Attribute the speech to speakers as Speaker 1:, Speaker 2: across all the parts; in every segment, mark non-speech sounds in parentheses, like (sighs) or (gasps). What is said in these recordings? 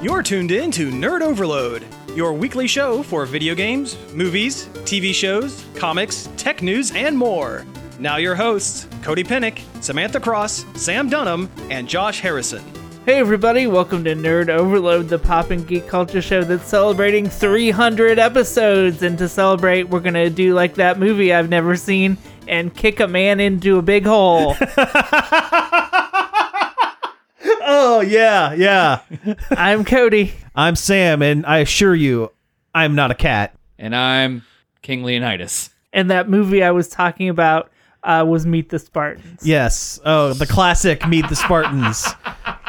Speaker 1: You're tuned in to Nerd Overload, your weekly show for video games, movies, TV shows, comics, tech news, and more. Now, your hosts, Cody Pennick, Samantha Cross, Sam Dunham, and Josh Harrison.
Speaker 2: Hey everybody, welcome to Nerd Overload, the pop and geek culture show that's celebrating 300 episodes. And to celebrate, we're going to do like that movie I've never seen and kick a man into a big
Speaker 3: (laughs)
Speaker 2: hole.
Speaker 3: Oh yeah, yeah.
Speaker 2: I'm Cody.
Speaker 3: I'm Sam, and I assure you, I'm not a cat.
Speaker 4: and I'm King Leonidas.
Speaker 2: And that movie I was talking about uh, was Meet the Spartans.
Speaker 3: Yes. Oh, the classic Meet the Spartans.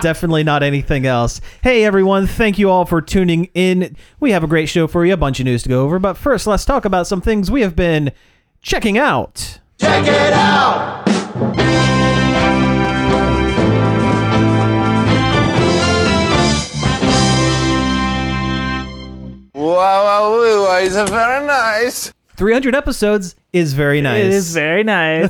Speaker 3: Definitely not anything else. Hey everyone, thank you all for tuning in. We have a great show for you, a bunch of news to go over, but first let's talk about some things we have been checking out.
Speaker 5: Wow, wow, woo, wow, it's very nice.
Speaker 3: 300 episodes is very nice.
Speaker 2: It is very
Speaker 3: (laughs)
Speaker 2: nice.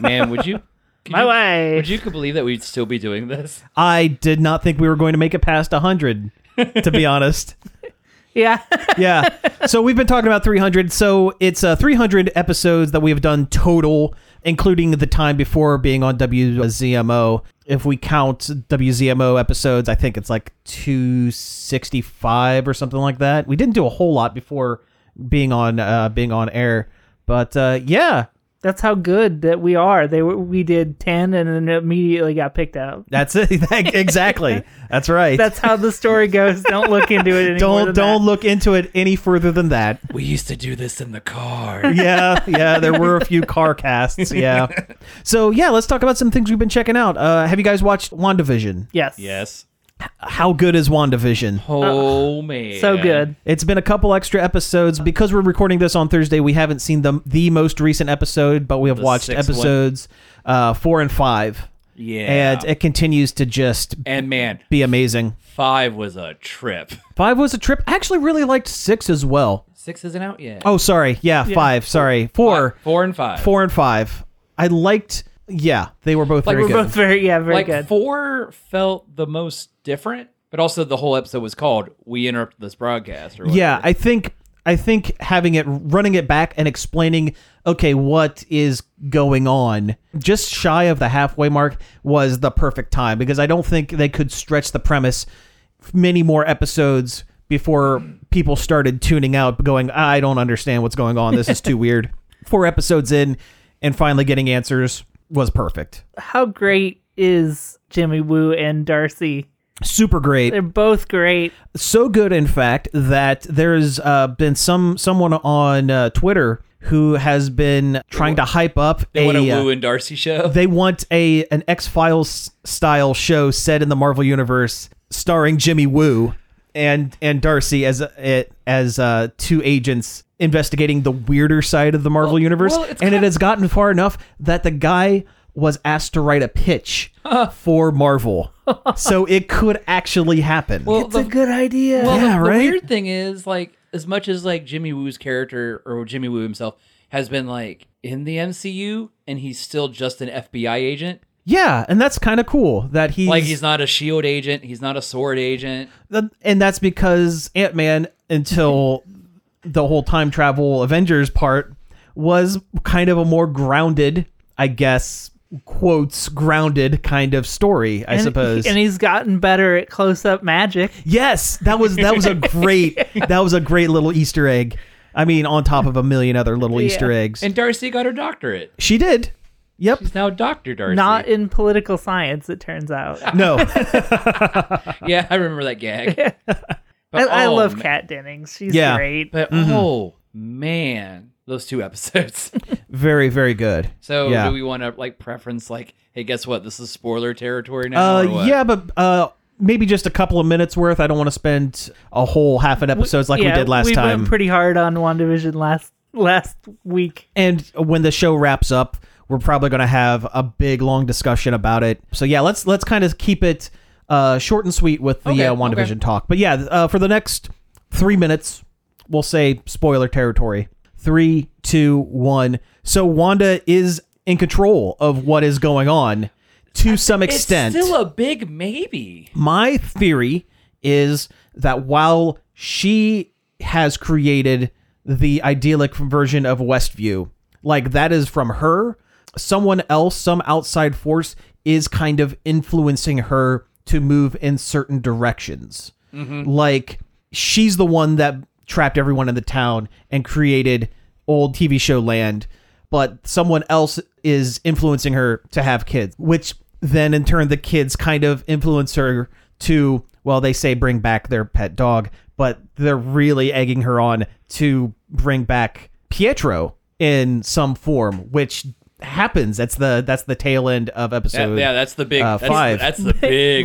Speaker 4: Man,
Speaker 2: (laughs)
Speaker 4: would you? could
Speaker 2: My
Speaker 4: you-
Speaker 2: wife.
Speaker 4: Would you could believe that we'd still be doing this?
Speaker 3: I did not think we were going to make it past 100,
Speaker 2: (laughs)
Speaker 3: to be honest.
Speaker 2: yeah. (laughs)
Speaker 3: yeah. So we've been talking about 300. So it's uh, 300 episodes that we have done total, including the time before being on WZMO. If we count WZMO episodes, I think it's like 265 or something like that. We didn't do a whole lot before being on uh, being on air, but uh, yeah,
Speaker 2: That's how good that we are. They were, we did 10 and then immediately got picked up.
Speaker 3: that's it. (laughs) exactly. That's right.
Speaker 2: That's how the story goes. Don't look into it anymore.
Speaker 3: (laughs) don't don't look into it any further than that.
Speaker 4: (laughs) We used to do this in
Speaker 2: (laughs)
Speaker 4: the car.
Speaker 3: yeah, yeah. There were a few car casts. Yeah. So yeah, let's talk about some things we've been checking out. Uh, have you guys watched Wandavision?
Speaker 2: Yes.
Speaker 4: (laughs) yes.
Speaker 3: How good is Wandavision?
Speaker 4: Oh man,
Speaker 2: Uh, So good.
Speaker 3: It's been a couple extra episodes because we're recording this on Thursday. We haven't seen the the most recent episode, but we have
Speaker 4: The
Speaker 3: watched
Speaker 4: sixth one.
Speaker 3: episodes uh, four and five,
Speaker 4: Yeah.
Speaker 3: and it continues to just
Speaker 4: And man,
Speaker 3: be amazing.
Speaker 4: five was a trip.
Speaker 3: Five was a trip. I actually really liked six as well.
Speaker 4: Six isn't out yet.
Speaker 3: Oh, sorry. Yeah, five. Sorry, four,
Speaker 4: Five- four and five.
Speaker 3: four and five. I liked. Yeah, they were both
Speaker 4: Like,
Speaker 3: very
Speaker 4: we're
Speaker 3: good.
Speaker 2: Both very, yeah, very
Speaker 4: like
Speaker 2: good.
Speaker 4: four felt the most different, but also the whole episode was called "We Interrupt This Broadcast." Or
Speaker 3: Yeah,
Speaker 4: whatever.
Speaker 3: I think I think having it running it back and explaining okay what is going on just shy of the halfway mark was the perfect time because I don't think they could stretch the premise many more episodes before people started tuning out going I don't understand what's going on this is too weird. Four episodes in and finally getting answers was perfect.
Speaker 2: how great is Jimmy Woo and Darcy?
Speaker 3: Super great.
Speaker 2: They're both great.
Speaker 3: so good in fact that there's uh, been some someone on uh, Twitter who has been trying to hype up
Speaker 4: they
Speaker 3: a
Speaker 4: want a
Speaker 3: uh,
Speaker 4: Woo and Darcy show.
Speaker 3: they want a an X Files style show set in the Marvel universe starring Jimmy Woo and and Darcy as a, as uh, two agents investigating the weirder side of the Marvel universe
Speaker 4: well, it's
Speaker 3: and it
Speaker 4: kinda-
Speaker 3: has gotten far enough that the guy was asked to write a pitch for Marvel so it could actually happen
Speaker 4: well, the,
Speaker 2: Good idea.
Speaker 4: Well, the-
Speaker 3: Yeah,
Speaker 4: the,
Speaker 3: right?
Speaker 4: weird thing is, like, as much as like Jimmy Woo's character or Jimmy Woo himself has been like in the MCU, and he's still just an FBI agent.
Speaker 3: Yeah, and that's kind of cool that he's,
Speaker 4: Like, he's not a Shield E agent. He's not a Sword agent.
Speaker 3: th- and that's because Ant Man until the whole time travel Avengers part was kind of a more grounded, I guess, quotes grounded kind of story. I
Speaker 2: and,
Speaker 3: suppose.
Speaker 2: And he's gotten better at close up magic.
Speaker 3: yes, that was that was a great that was a great little Easter egg. I mean, on top of a million other little Easter eggs,
Speaker 4: And Darcy got her doctorate.
Speaker 3: she did. Yep.
Speaker 4: She's now Doctor Darcy.
Speaker 2: Not in political science, it turns out.
Speaker 3: No.
Speaker 4: yeah, I remember that gag.
Speaker 3: (laughs)
Speaker 4: But,
Speaker 2: I, I
Speaker 4: oh,
Speaker 2: love
Speaker 4: ma-
Speaker 2: Kat Dennings. She's
Speaker 3: Yeah.
Speaker 2: great.
Speaker 4: But
Speaker 3: Mm-hmm.
Speaker 4: oh man, those two episodes. (laughs)
Speaker 3: Very very good.
Speaker 4: so
Speaker 3: Yeah.
Speaker 4: do we want to like preference like, hey, guess what? This is spoiler territory now. or
Speaker 3: Uh,
Speaker 4: what?
Speaker 3: yeah, but uh, maybe just a couple of minutes worth. I don't want to spend a whole half an episode like
Speaker 2: Yeah,
Speaker 3: we did last
Speaker 2: we
Speaker 3: time.
Speaker 2: went pretty hard on WandaVision last last week.
Speaker 3: and when the show wraps up, we're probably going to have a big long discussion about it. So yeah, let's let's kind of keep it uh, short and sweet with the
Speaker 4: Okay,
Speaker 3: uh, WandaVision
Speaker 4: okay.
Speaker 3: talk. But yeah, uh, for the next three minutes, we'll say spoiler territory. Three, two, one. So Wanda is in control of what is going on to some
Speaker 4: It's
Speaker 3: extent.
Speaker 4: still a big maybe.
Speaker 3: My theory is that while she has created the idyllic version of Westview, like that is from her, someone else, some outside force is kind of influencing her to move in certain directions. Like she's the one that trapped everyone in the town and created old TV show land, but someone else is influencing her to have kids, which then in turn the kids kind of influence her to well they say bring back their pet dog, but they're really egging her on to bring back Pietro in some form, which happens. That's the that's the tail end of
Speaker 4: Yeah,
Speaker 3: episode
Speaker 4: yeah, that's the big
Speaker 3: uh,
Speaker 4: that's the-
Speaker 3: five. (laughs)
Speaker 4: That's the, big.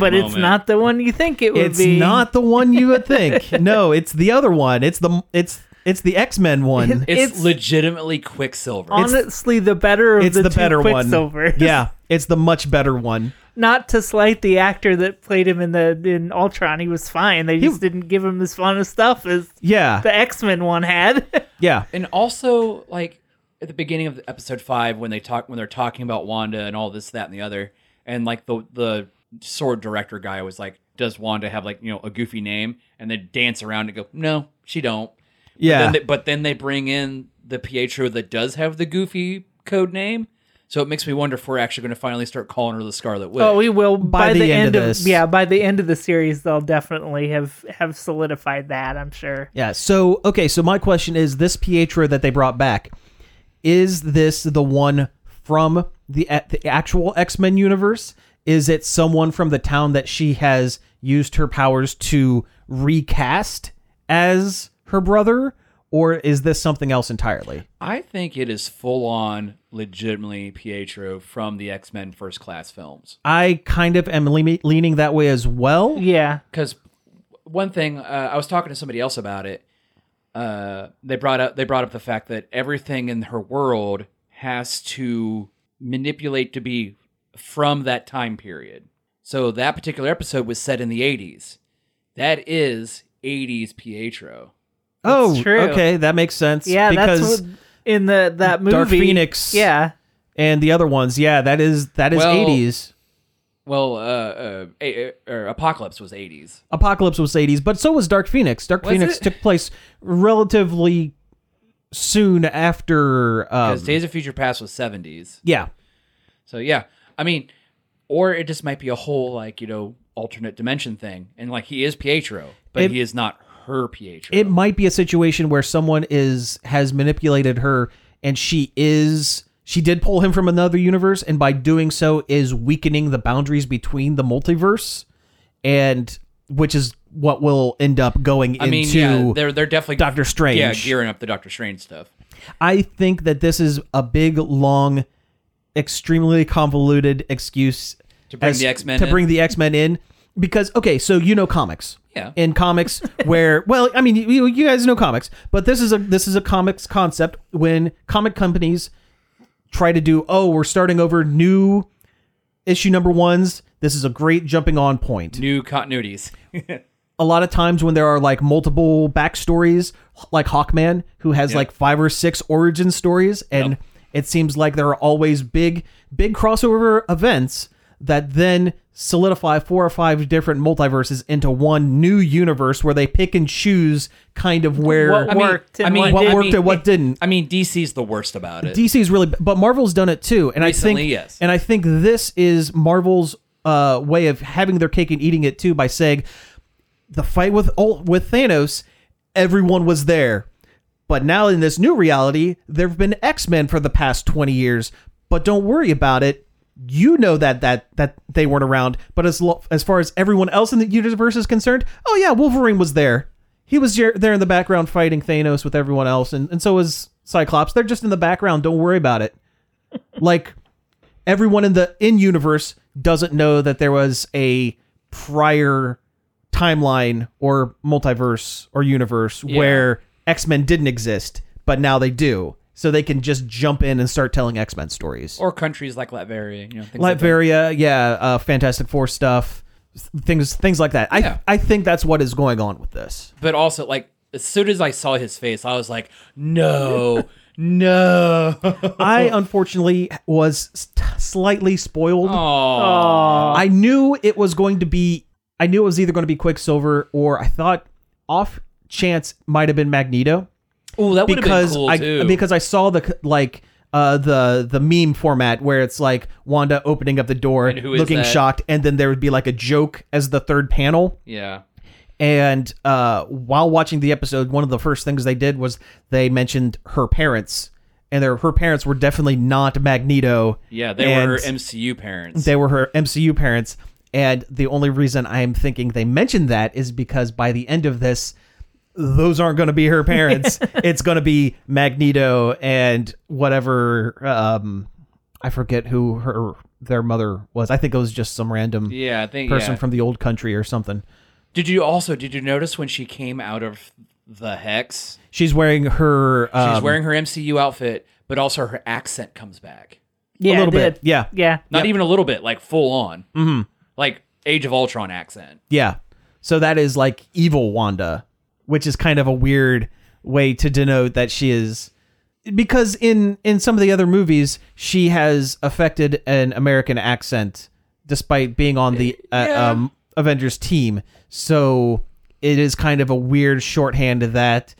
Speaker 2: (laughs) but it's
Speaker 4: moment.
Speaker 2: not the one you think it would
Speaker 3: it's
Speaker 2: be.
Speaker 3: not the one you
Speaker 2: (laughs)
Speaker 3: would think. no, it's the other one. It's the it's it's the X Men one.
Speaker 4: It's,
Speaker 2: (laughs) it's-
Speaker 4: legitimately Quicksilver.
Speaker 2: Honestly, the better of
Speaker 3: It's
Speaker 2: the,
Speaker 3: the,
Speaker 2: two
Speaker 3: better
Speaker 2: (laughs)
Speaker 3: one.
Speaker 2: Quicksilvers.
Speaker 3: Yeah, it's the much better one.
Speaker 2: Not to slight the actor that played him in the in Ultron, he was fine. They just didn't give him as fun of stuff as
Speaker 3: (laughs) Yeah,
Speaker 2: the X Men one had. (laughs)
Speaker 3: yeah,
Speaker 4: and also like at the beginning of episode five when they talk when they're talking about Wanda and all this that and the other and like the the sword director guy was like does Wanda have like you know a goofy name and they dance around and go no she don't
Speaker 3: yeah.
Speaker 4: then they, but then they bring in the Pietro that does have the goofy code name so it makes me wonder if we're actually going to finally start calling her the Scarlet Witch
Speaker 2: oh, we will by, the, end, of,
Speaker 3: this.
Speaker 2: yeah. By the end of the series, they'll definitely have have solidified that. I'm sure.
Speaker 3: Yeah. So okay. So my question is: This Pietro that they brought back, is this the one from the a- the actual X Men universe? Is it someone from the town that she has used her powers to recast as her brother, or is this something else entirely?
Speaker 4: I think it is full on legitimately Pietro from the X Men First Class films
Speaker 3: I kind of am leaning leaning that way as well.
Speaker 2: Yeah.
Speaker 4: because one thing uh, I was talking to somebody else about it. Uh, they brought up they brought up the fact that everything in her world has to manipulate to be from that time period. So that particular episode was set in the '80s. That is '80s Pietro.
Speaker 3: oh,
Speaker 2: true.
Speaker 3: okay, that makes sense.
Speaker 2: Yeah.
Speaker 3: because
Speaker 2: that's what, in the that movie.
Speaker 3: Dark Phoenix.
Speaker 2: Yeah.
Speaker 3: and the other ones, yeah, that is that is
Speaker 4: Well-
Speaker 3: eighties.
Speaker 4: Well, uh, uh, a- or Apocalypse was '80s.
Speaker 3: Apocalypse was 80s, but so was Dark Phoenix. Dark
Speaker 4: Was
Speaker 3: Phoenix
Speaker 4: it?
Speaker 3: took place relatively soon after. Um,
Speaker 4: Because Days of Future Past was '70s.
Speaker 3: yeah,
Speaker 4: So yeah, I mean, or it just might be a whole like you know alternate dimension thing, and like he is Pietro, but
Speaker 3: It-
Speaker 4: he is not her Pietro.
Speaker 3: it might be a situation where someone is has manipulated her, and she is she did pull him from another universe, and by doing so is weakening the boundaries between the multiverse, and which is what will end up going
Speaker 4: I mean,
Speaker 3: into.
Speaker 4: yeah, they're they're definitely
Speaker 3: Doctor Strange.
Speaker 4: Yeah, gearing up the Doctor Strange stuff.
Speaker 3: I think that this is a big, long, extremely convoluted excuse
Speaker 4: To bring the X-Men
Speaker 3: to
Speaker 4: in?
Speaker 3: bring the X Men in because okay, so you know comics,
Speaker 4: Yeah.
Speaker 3: in
Speaker 4: (laughs)
Speaker 3: comics where well, I mean you, you guys know comics, but this is a this is a comics concept when comic companies try to do oh we're starting over new issue number ones. This is a great jumping on point
Speaker 4: New continuities.
Speaker 3: a lot of times when there are like multiple backstories, like Hawkman, who has like five or six origin stories, and it seems like there are always big, big crossover events that then solidify four or five different multiverses into one new universe where they pick and choose kind of where
Speaker 2: What worked and what
Speaker 3: what
Speaker 2: didn't.
Speaker 3: worked and what didn't.
Speaker 4: I mean, DC's the worst about it.
Speaker 3: DC is really, but Marvel's done it too, and I
Speaker 4: Recently,
Speaker 3: think
Speaker 4: yes.
Speaker 3: and I think this is Marvel's uh, way of having their cake and eating it too by saying the fight with Ul- with Thanos, everyone was there, but now in this new reality, there have been X Men for the past twenty years, but don't worry about it. You know that that that they weren't around, but as lo- as far as everyone else in the universe is concerned, oh yeah, Wolverine was there. He was jer- there in the background fighting Thanos with everyone else, and, and so was Cyclops. They're just in the background. Don't worry about it. Like everyone in the in universe doesn't know that there was a prior timeline or multiverse or universe where X-Men didn't exist, but now they do. So they can just jump in and start telling X-Men stories.
Speaker 4: or countries like Latveria, you know, things like that.
Speaker 3: Latveria, yeah, uh, Fantastic Four stuff, th- things things like that.
Speaker 4: Yeah.
Speaker 3: I I think that's what is going on with this.
Speaker 4: But also, like as soon as I saw his face, I was like, no, (laughs) no.
Speaker 3: (laughs) I unfortunately was st- slightly spoiled.
Speaker 4: Aw.
Speaker 3: I knew it was going to be I knew it was either going to be Quicksilver or I thought off chance might have been Magneto
Speaker 4: Oh, that would have been
Speaker 3: because
Speaker 4: cool
Speaker 3: I
Speaker 4: too.
Speaker 3: because I saw the c- like uh the the meme format where it's like Wanda opening up the door
Speaker 4: who is
Speaker 3: looking
Speaker 4: that?
Speaker 3: shocked and then there would be like a joke as the third panel
Speaker 4: yeah,
Speaker 3: and uh while watching the episode one of the first things they did was they mentioned her parents and their her parents were definitely not Magneto
Speaker 4: yeah, they
Speaker 3: and
Speaker 4: were her MCU parents.
Speaker 3: they were her MCU parents and the only reason I am thinking they mentioned that is because by the end of this those aren't going to be her
Speaker 4: (laughs)
Speaker 3: parents. it's going to be Magneto and whatever. Um, I forget who her their mother was. I think it was just some random
Speaker 4: yeah, I think
Speaker 3: person
Speaker 4: yeah.
Speaker 3: from the old country or something.
Speaker 4: Did you also did you notice when she came out of the hex?
Speaker 3: She's wearing her. Um,
Speaker 4: She's wearing her MCU outfit, but also her accent comes back.
Speaker 2: Yeah,
Speaker 3: a
Speaker 2: I
Speaker 3: little bit.
Speaker 2: did.
Speaker 3: Yeah,
Speaker 2: Yeah.
Speaker 4: Not even a little bit, like full on. Mm-hmm. Like Age of Ultron accent.
Speaker 3: yeah. So that is like evil Wanda, which is kind of a weird way to denote that she is. Because in in some of the other movies, she has affected an American accent despite being on the uh,
Speaker 4: Eh, Yeah.
Speaker 3: um, Avengers team. So it is kind of a weird shorthand that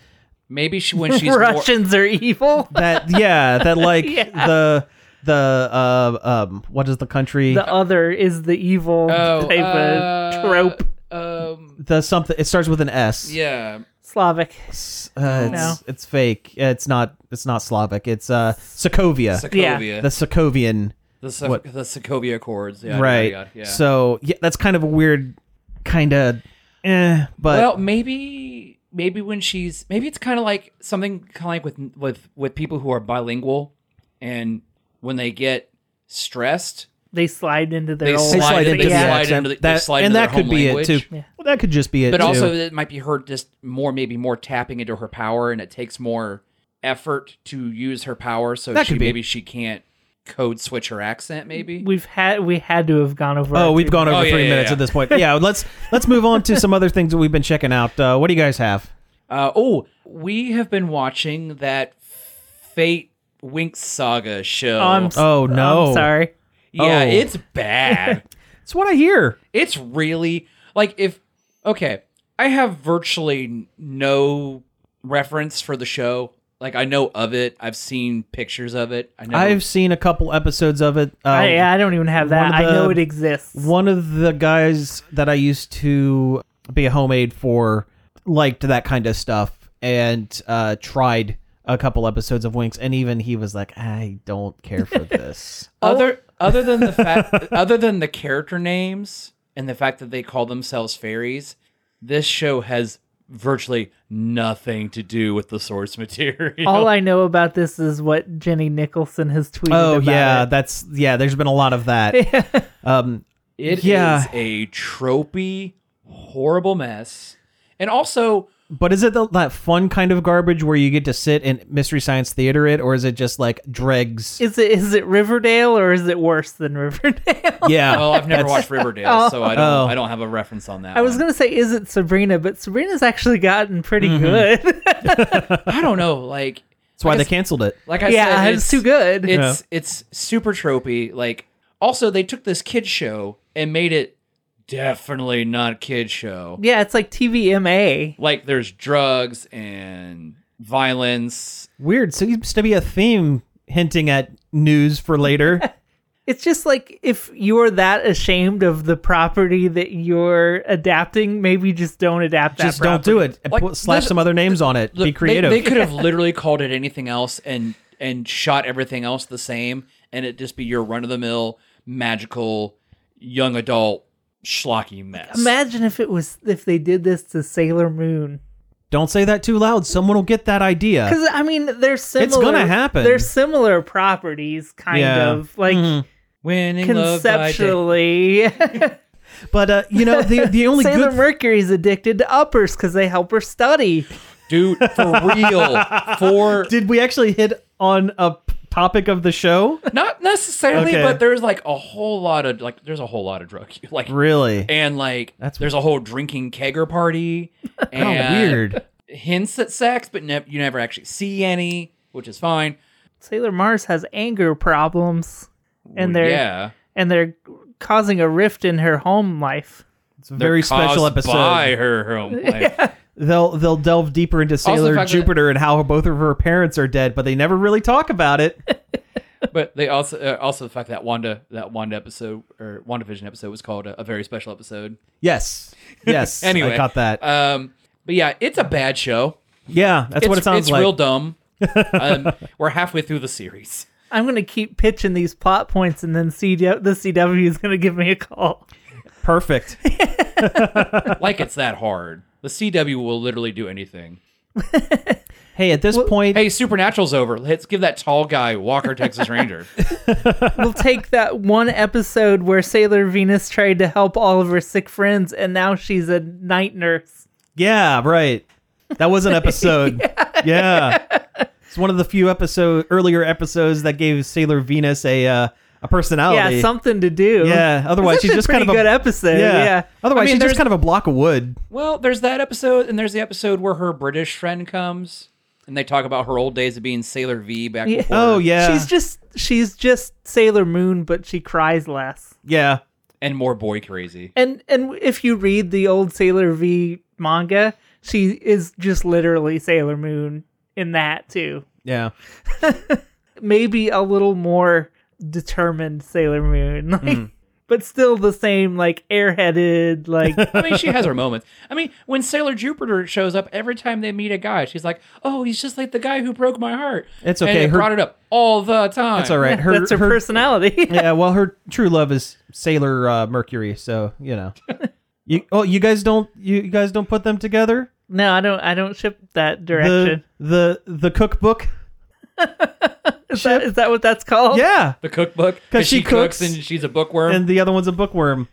Speaker 4: Maybe
Speaker 3: (laughs)
Speaker 4: she when she's more,
Speaker 2: Russians are evil. (laughs)
Speaker 4: (laughs)
Speaker 3: that yeah that like the the uh, um what is the country
Speaker 2: The other is the evil
Speaker 4: Oh,
Speaker 2: type
Speaker 4: uh,
Speaker 2: of trope.
Speaker 4: um,
Speaker 3: the something it starts with an S.
Speaker 4: yeah,
Speaker 2: Slavic.
Speaker 3: Uh, it's,
Speaker 2: No.
Speaker 3: it's fake. It's not. It's not Slavic. It's uh Sokovia,
Speaker 4: Sokovia,
Speaker 3: the
Speaker 4: the
Speaker 3: Sokovian,
Speaker 4: the, so-
Speaker 3: what-
Speaker 4: the Sokovia Accords, yeah,
Speaker 3: right?
Speaker 4: yeah, yeah.
Speaker 3: So yeah, that's kind of a weird, kind of, eh. But
Speaker 4: well, maybe maybe when she's maybe it's kind of like something kind of like with with with people who are bilingual, and when they get stressed,
Speaker 2: They slide into their
Speaker 4: They
Speaker 2: old
Speaker 3: they slide
Speaker 4: slide
Speaker 3: into
Speaker 4: into
Speaker 3: the
Speaker 4: slide
Speaker 3: accent.
Speaker 4: into the- they
Speaker 3: that,
Speaker 4: slide
Speaker 3: and
Speaker 4: into
Speaker 3: that
Speaker 4: their
Speaker 3: could
Speaker 4: home
Speaker 3: be
Speaker 4: language.
Speaker 3: it too. Well, that could just be it.
Speaker 4: but
Speaker 3: too.
Speaker 4: also it might be her just more maybe more tapping into her power, and it takes more effort to use her power. So
Speaker 3: That
Speaker 4: she,
Speaker 3: could be.
Speaker 4: maybe she can't code switch her accent. Maybe
Speaker 2: We've had we had to have gone over.
Speaker 3: Oh,
Speaker 2: our
Speaker 3: we've
Speaker 2: two-
Speaker 3: gone over
Speaker 4: Oh,
Speaker 3: three
Speaker 4: yeah, yeah,
Speaker 3: minutes
Speaker 4: yeah.
Speaker 3: at this point. Yeah, let's let's move on to some other things that we've been checking out. Uh, what do you guys have?
Speaker 4: Uh, oh, we have been watching that Fate Wink Saga show.
Speaker 2: I'm s-
Speaker 3: Oh,
Speaker 2: I'm
Speaker 3: no.
Speaker 2: sorry.
Speaker 4: yeah,
Speaker 3: oh.
Speaker 4: it's bad.
Speaker 3: It's what I hear.
Speaker 4: it's really like if okay, I have virtually no reference for the show. Like I know of it. I've seen pictures of it. I know
Speaker 3: I've seen a couple episodes of it. Uh,
Speaker 2: I, I don't even have that.
Speaker 3: one of
Speaker 2: I know
Speaker 3: the-
Speaker 2: it exists.
Speaker 3: One of the guys that I used to be a homemade for liked that kind of stuff and uh, tried a couple episodes of Winx, and even he was like, "I don't care
Speaker 4: (laughs)
Speaker 3: for this."
Speaker 4: other
Speaker 3: oh. (laughs)
Speaker 4: other than the fact other than the character names and the fact that they call themselves fairies, this show has virtually nothing to do with the source material.
Speaker 2: All I know about this is what Jenny Nicholson has tweeted.
Speaker 3: oh
Speaker 2: about
Speaker 3: yeah,
Speaker 2: it.
Speaker 3: that's yeah. There's been a lot of
Speaker 4: (laughs)
Speaker 3: that. um,
Speaker 4: It is
Speaker 3: Yeah.
Speaker 4: a tropey, horrible mess. And also,
Speaker 3: but is it the, that fun kind of garbage where you get to sit and mystery science theater it, or is it just like dregs?
Speaker 2: Is it is it Riverdale or is it worse than Riverdale?
Speaker 3: (laughs) yeah.
Speaker 4: (laughs) well, I've never watched Riverdale, so I
Speaker 3: (laughs)
Speaker 4: don't
Speaker 3: Oh.
Speaker 4: I don't have a reference on that.
Speaker 2: I was
Speaker 4: one.
Speaker 2: gonna say is it Sabrina, but Sabrina's actually gotten pretty
Speaker 3: Mm-hmm.
Speaker 2: good. (laughs)
Speaker 4: I don't know, like
Speaker 3: that's why
Speaker 4: I
Speaker 3: they
Speaker 4: guess-
Speaker 3: canceled it.
Speaker 4: like I
Speaker 2: yeah,
Speaker 4: said,
Speaker 2: it's, too good.
Speaker 4: It's it's super tropey. Like also they took this kid show and made it definitely not kid show.
Speaker 2: yeah, it's like TVMA.
Speaker 4: Like there's drugs and violence.
Speaker 3: Weird. Seems to be a theme hinting at news for
Speaker 4: (laughs)
Speaker 3: later.
Speaker 2: It's just like if you're that ashamed of the property that you're adapting, maybe just don't adapt
Speaker 3: just
Speaker 2: that.
Speaker 3: don't do it.
Speaker 4: Like,
Speaker 3: Put- slash
Speaker 4: there's-
Speaker 3: some other names on it. Be
Speaker 4: Look, they-
Speaker 3: creative.
Speaker 4: They, could
Speaker 3: (laughs)
Speaker 4: have literally called it anything else and and shot everything else the same, and it just be your run of the mill magical young adult schlocky mess.
Speaker 2: Imagine if it was if they did this to Sailor Moon.
Speaker 3: Don't say that too loud. Someone will get that idea.
Speaker 2: Because I mean, they're similar.
Speaker 3: gonna happen.
Speaker 2: They're similar properties, kind
Speaker 3: Yeah. Mm-hmm.
Speaker 2: of like
Speaker 4: Winning love by day.
Speaker 2: conceptually.
Speaker 3: But uh, you know, the the (laughs)
Speaker 2: (laughs)
Speaker 3: only
Speaker 2: Sailor
Speaker 3: good
Speaker 2: Mercury's addicted to uppers because they help her study.
Speaker 4: dude for
Speaker 2: (laughs)
Speaker 4: real for
Speaker 3: did we actually hit on a p- topic of the show?
Speaker 4: not necessarily,
Speaker 3: Okay.
Speaker 4: but there's like a whole lot of like there's a whole lot of drug like
Speaker 3: Really?
Speaker 4: and like
Speaker 3: That's-
Speaker 4: there's a whole drinking
Speaker 3: (laughs)
Speaker 4: kegger party.
Speaker 3: How
Speaker 4: and
Speaker 3: Oh, weird.
Speaker 4: Hints at sex, but ne- you never actually see any, which is fine.
Speaker 2: Sailor Mars has anger problems, and they're
Speaker 4: yeah.
Speaker 2: and they're causing a rift in her home life.
Speaker 3: It's It's a very special
Speaker 4: caused
Speaker 3: episode.
Speaker 4: By her
Speaker 2: (laughs)
Speaker 4: home life.
Speaker 3: They'll they'll delve deeper into
Speaker 4: the
Speaker 3: Sailor
Speaker 4: fact that-
Speaker 3: Jupiter and how both of her parents are dead, but they never really talk about it.
Speaker 4: But they also uh, also the fact that Wanda that Wanda episode or WandaVision episode was called a, a very special episode.
Speaker 3: (laughs) Yes. Yes.
Speaker 4: Anyway,
Speaker 3: I got that.
Speaker 4: Um, but yeah, it's a bad show.
Speaker 3: yeah, that's
Speaker 4: it's,
Speaker 3: what it sounds
Speaker 4: it's
Speaker 3: like. (laughs)
Speaker 4: real dumb. um, we're halfway through the series.
Speaker 2: I'm gonna keep pitching these plot points, and then CW, the CW is gonna give me a call. (laughs)
Speaker 3: Perfect. (laughs)
Speaker 4: Like it's that hard. The CW will literally do anything.
Speaker 3: Hey, at this point,
Speaker 4: Hey, Supernatural's over. Let's give that tall guy Walker
Speaker 3: (laughs)
Speaker 4: Texas Ranger.
Speaker 2: We'll take that one episode where Sailor Venus tried to help all of her sick friends, and now she's a night nurse.
Speaker 3: yeah, right.
Speaker 2: (laughs)
Speaker 3: That was an episode. yeah. It's one of the few episode earlier episodes that gave Sailor Venus a uh, a personality.
Speaker 2: Yeah, something to do.
Speaker 3: Yeah, otherwise
Speaker 2: It's
Speaker 3: she's
Speaker 2: actually
Speaker 3: just
Speaker 2: a
Speaker 3: kind
Speaker 2: pretty
Speaker 3: of a
Speaker 2: good episode.
Speaker 3: Yeah.
Speaker 2: Yeah.
Speaker 3: Otherwise,
Speaker 4: I
Speaker 3: she's
Speaker 4: mean,
Speaker 3: just
Speaker 4: there's-
Speaker 3: kind of a block of wood.
Speaker 4: well, there's that episode, and there's the episode where her British friend comes, and they talk about her old days of being Sailor V back
Speaker 2: Yeah.
Speaker 4: before.
Speaker 3: Oh yeah.
Speaker 2: she's just she's just Sailor Moon, but she cries less.
Speaker 3: yeah.
Speaker 4: and more boy crazy.
Speaker 2: And and if you read the old Sailor V manga, she is just literally Sailor Moon in that too.
Speaker 3: Yeah.
Speaker 2: maybe a little more determined Sailor Moon, (laughs) like,
Speaker 3: Hmm.
Speaker 2: but still the same, like airheaded,
Speaker 3: (laughs)
Speaker 2: like
Speaker 4: I mean, she has her moments. I mean, when Sailor Jupiter shows up, every time they meet a guy, she's like, "Oh, he's just like the guy who broke my heart."
Speaker 3: It's
Speaker 4: And
Speaker 3: okay,
Speaker 4: it
Speaker 3: her-
Speaker 4: brought it up all the time.
Speaker 3: That's
Speaker 2: (laughs)
Speaker 3: all right. Her,
Speaker 2: that's her,
Speaker 3: her-
Speaker 2: personality.
Speaker 3: (laughs) yeah, well, her true love is Sailor uh, Mercury, so
Speaker 2: (laughs)
Speaker 3: you know. You, oh, you guys don't you, you guys don't put them together?
Speaker 2: no, I don't. I don't ship that
Speaker 3: The
Speaker 2: direction.
Speaker 3: the the cookbook?
Speaker 2: is, that, is that what that's called?
Speaker 3: Yeah,
Speaker 4: The cookbook
Speaker 3: 'Cause she cooks.
Speaker 4: and she's a bookworm.
Speaker 3: and the other one's a bookworm.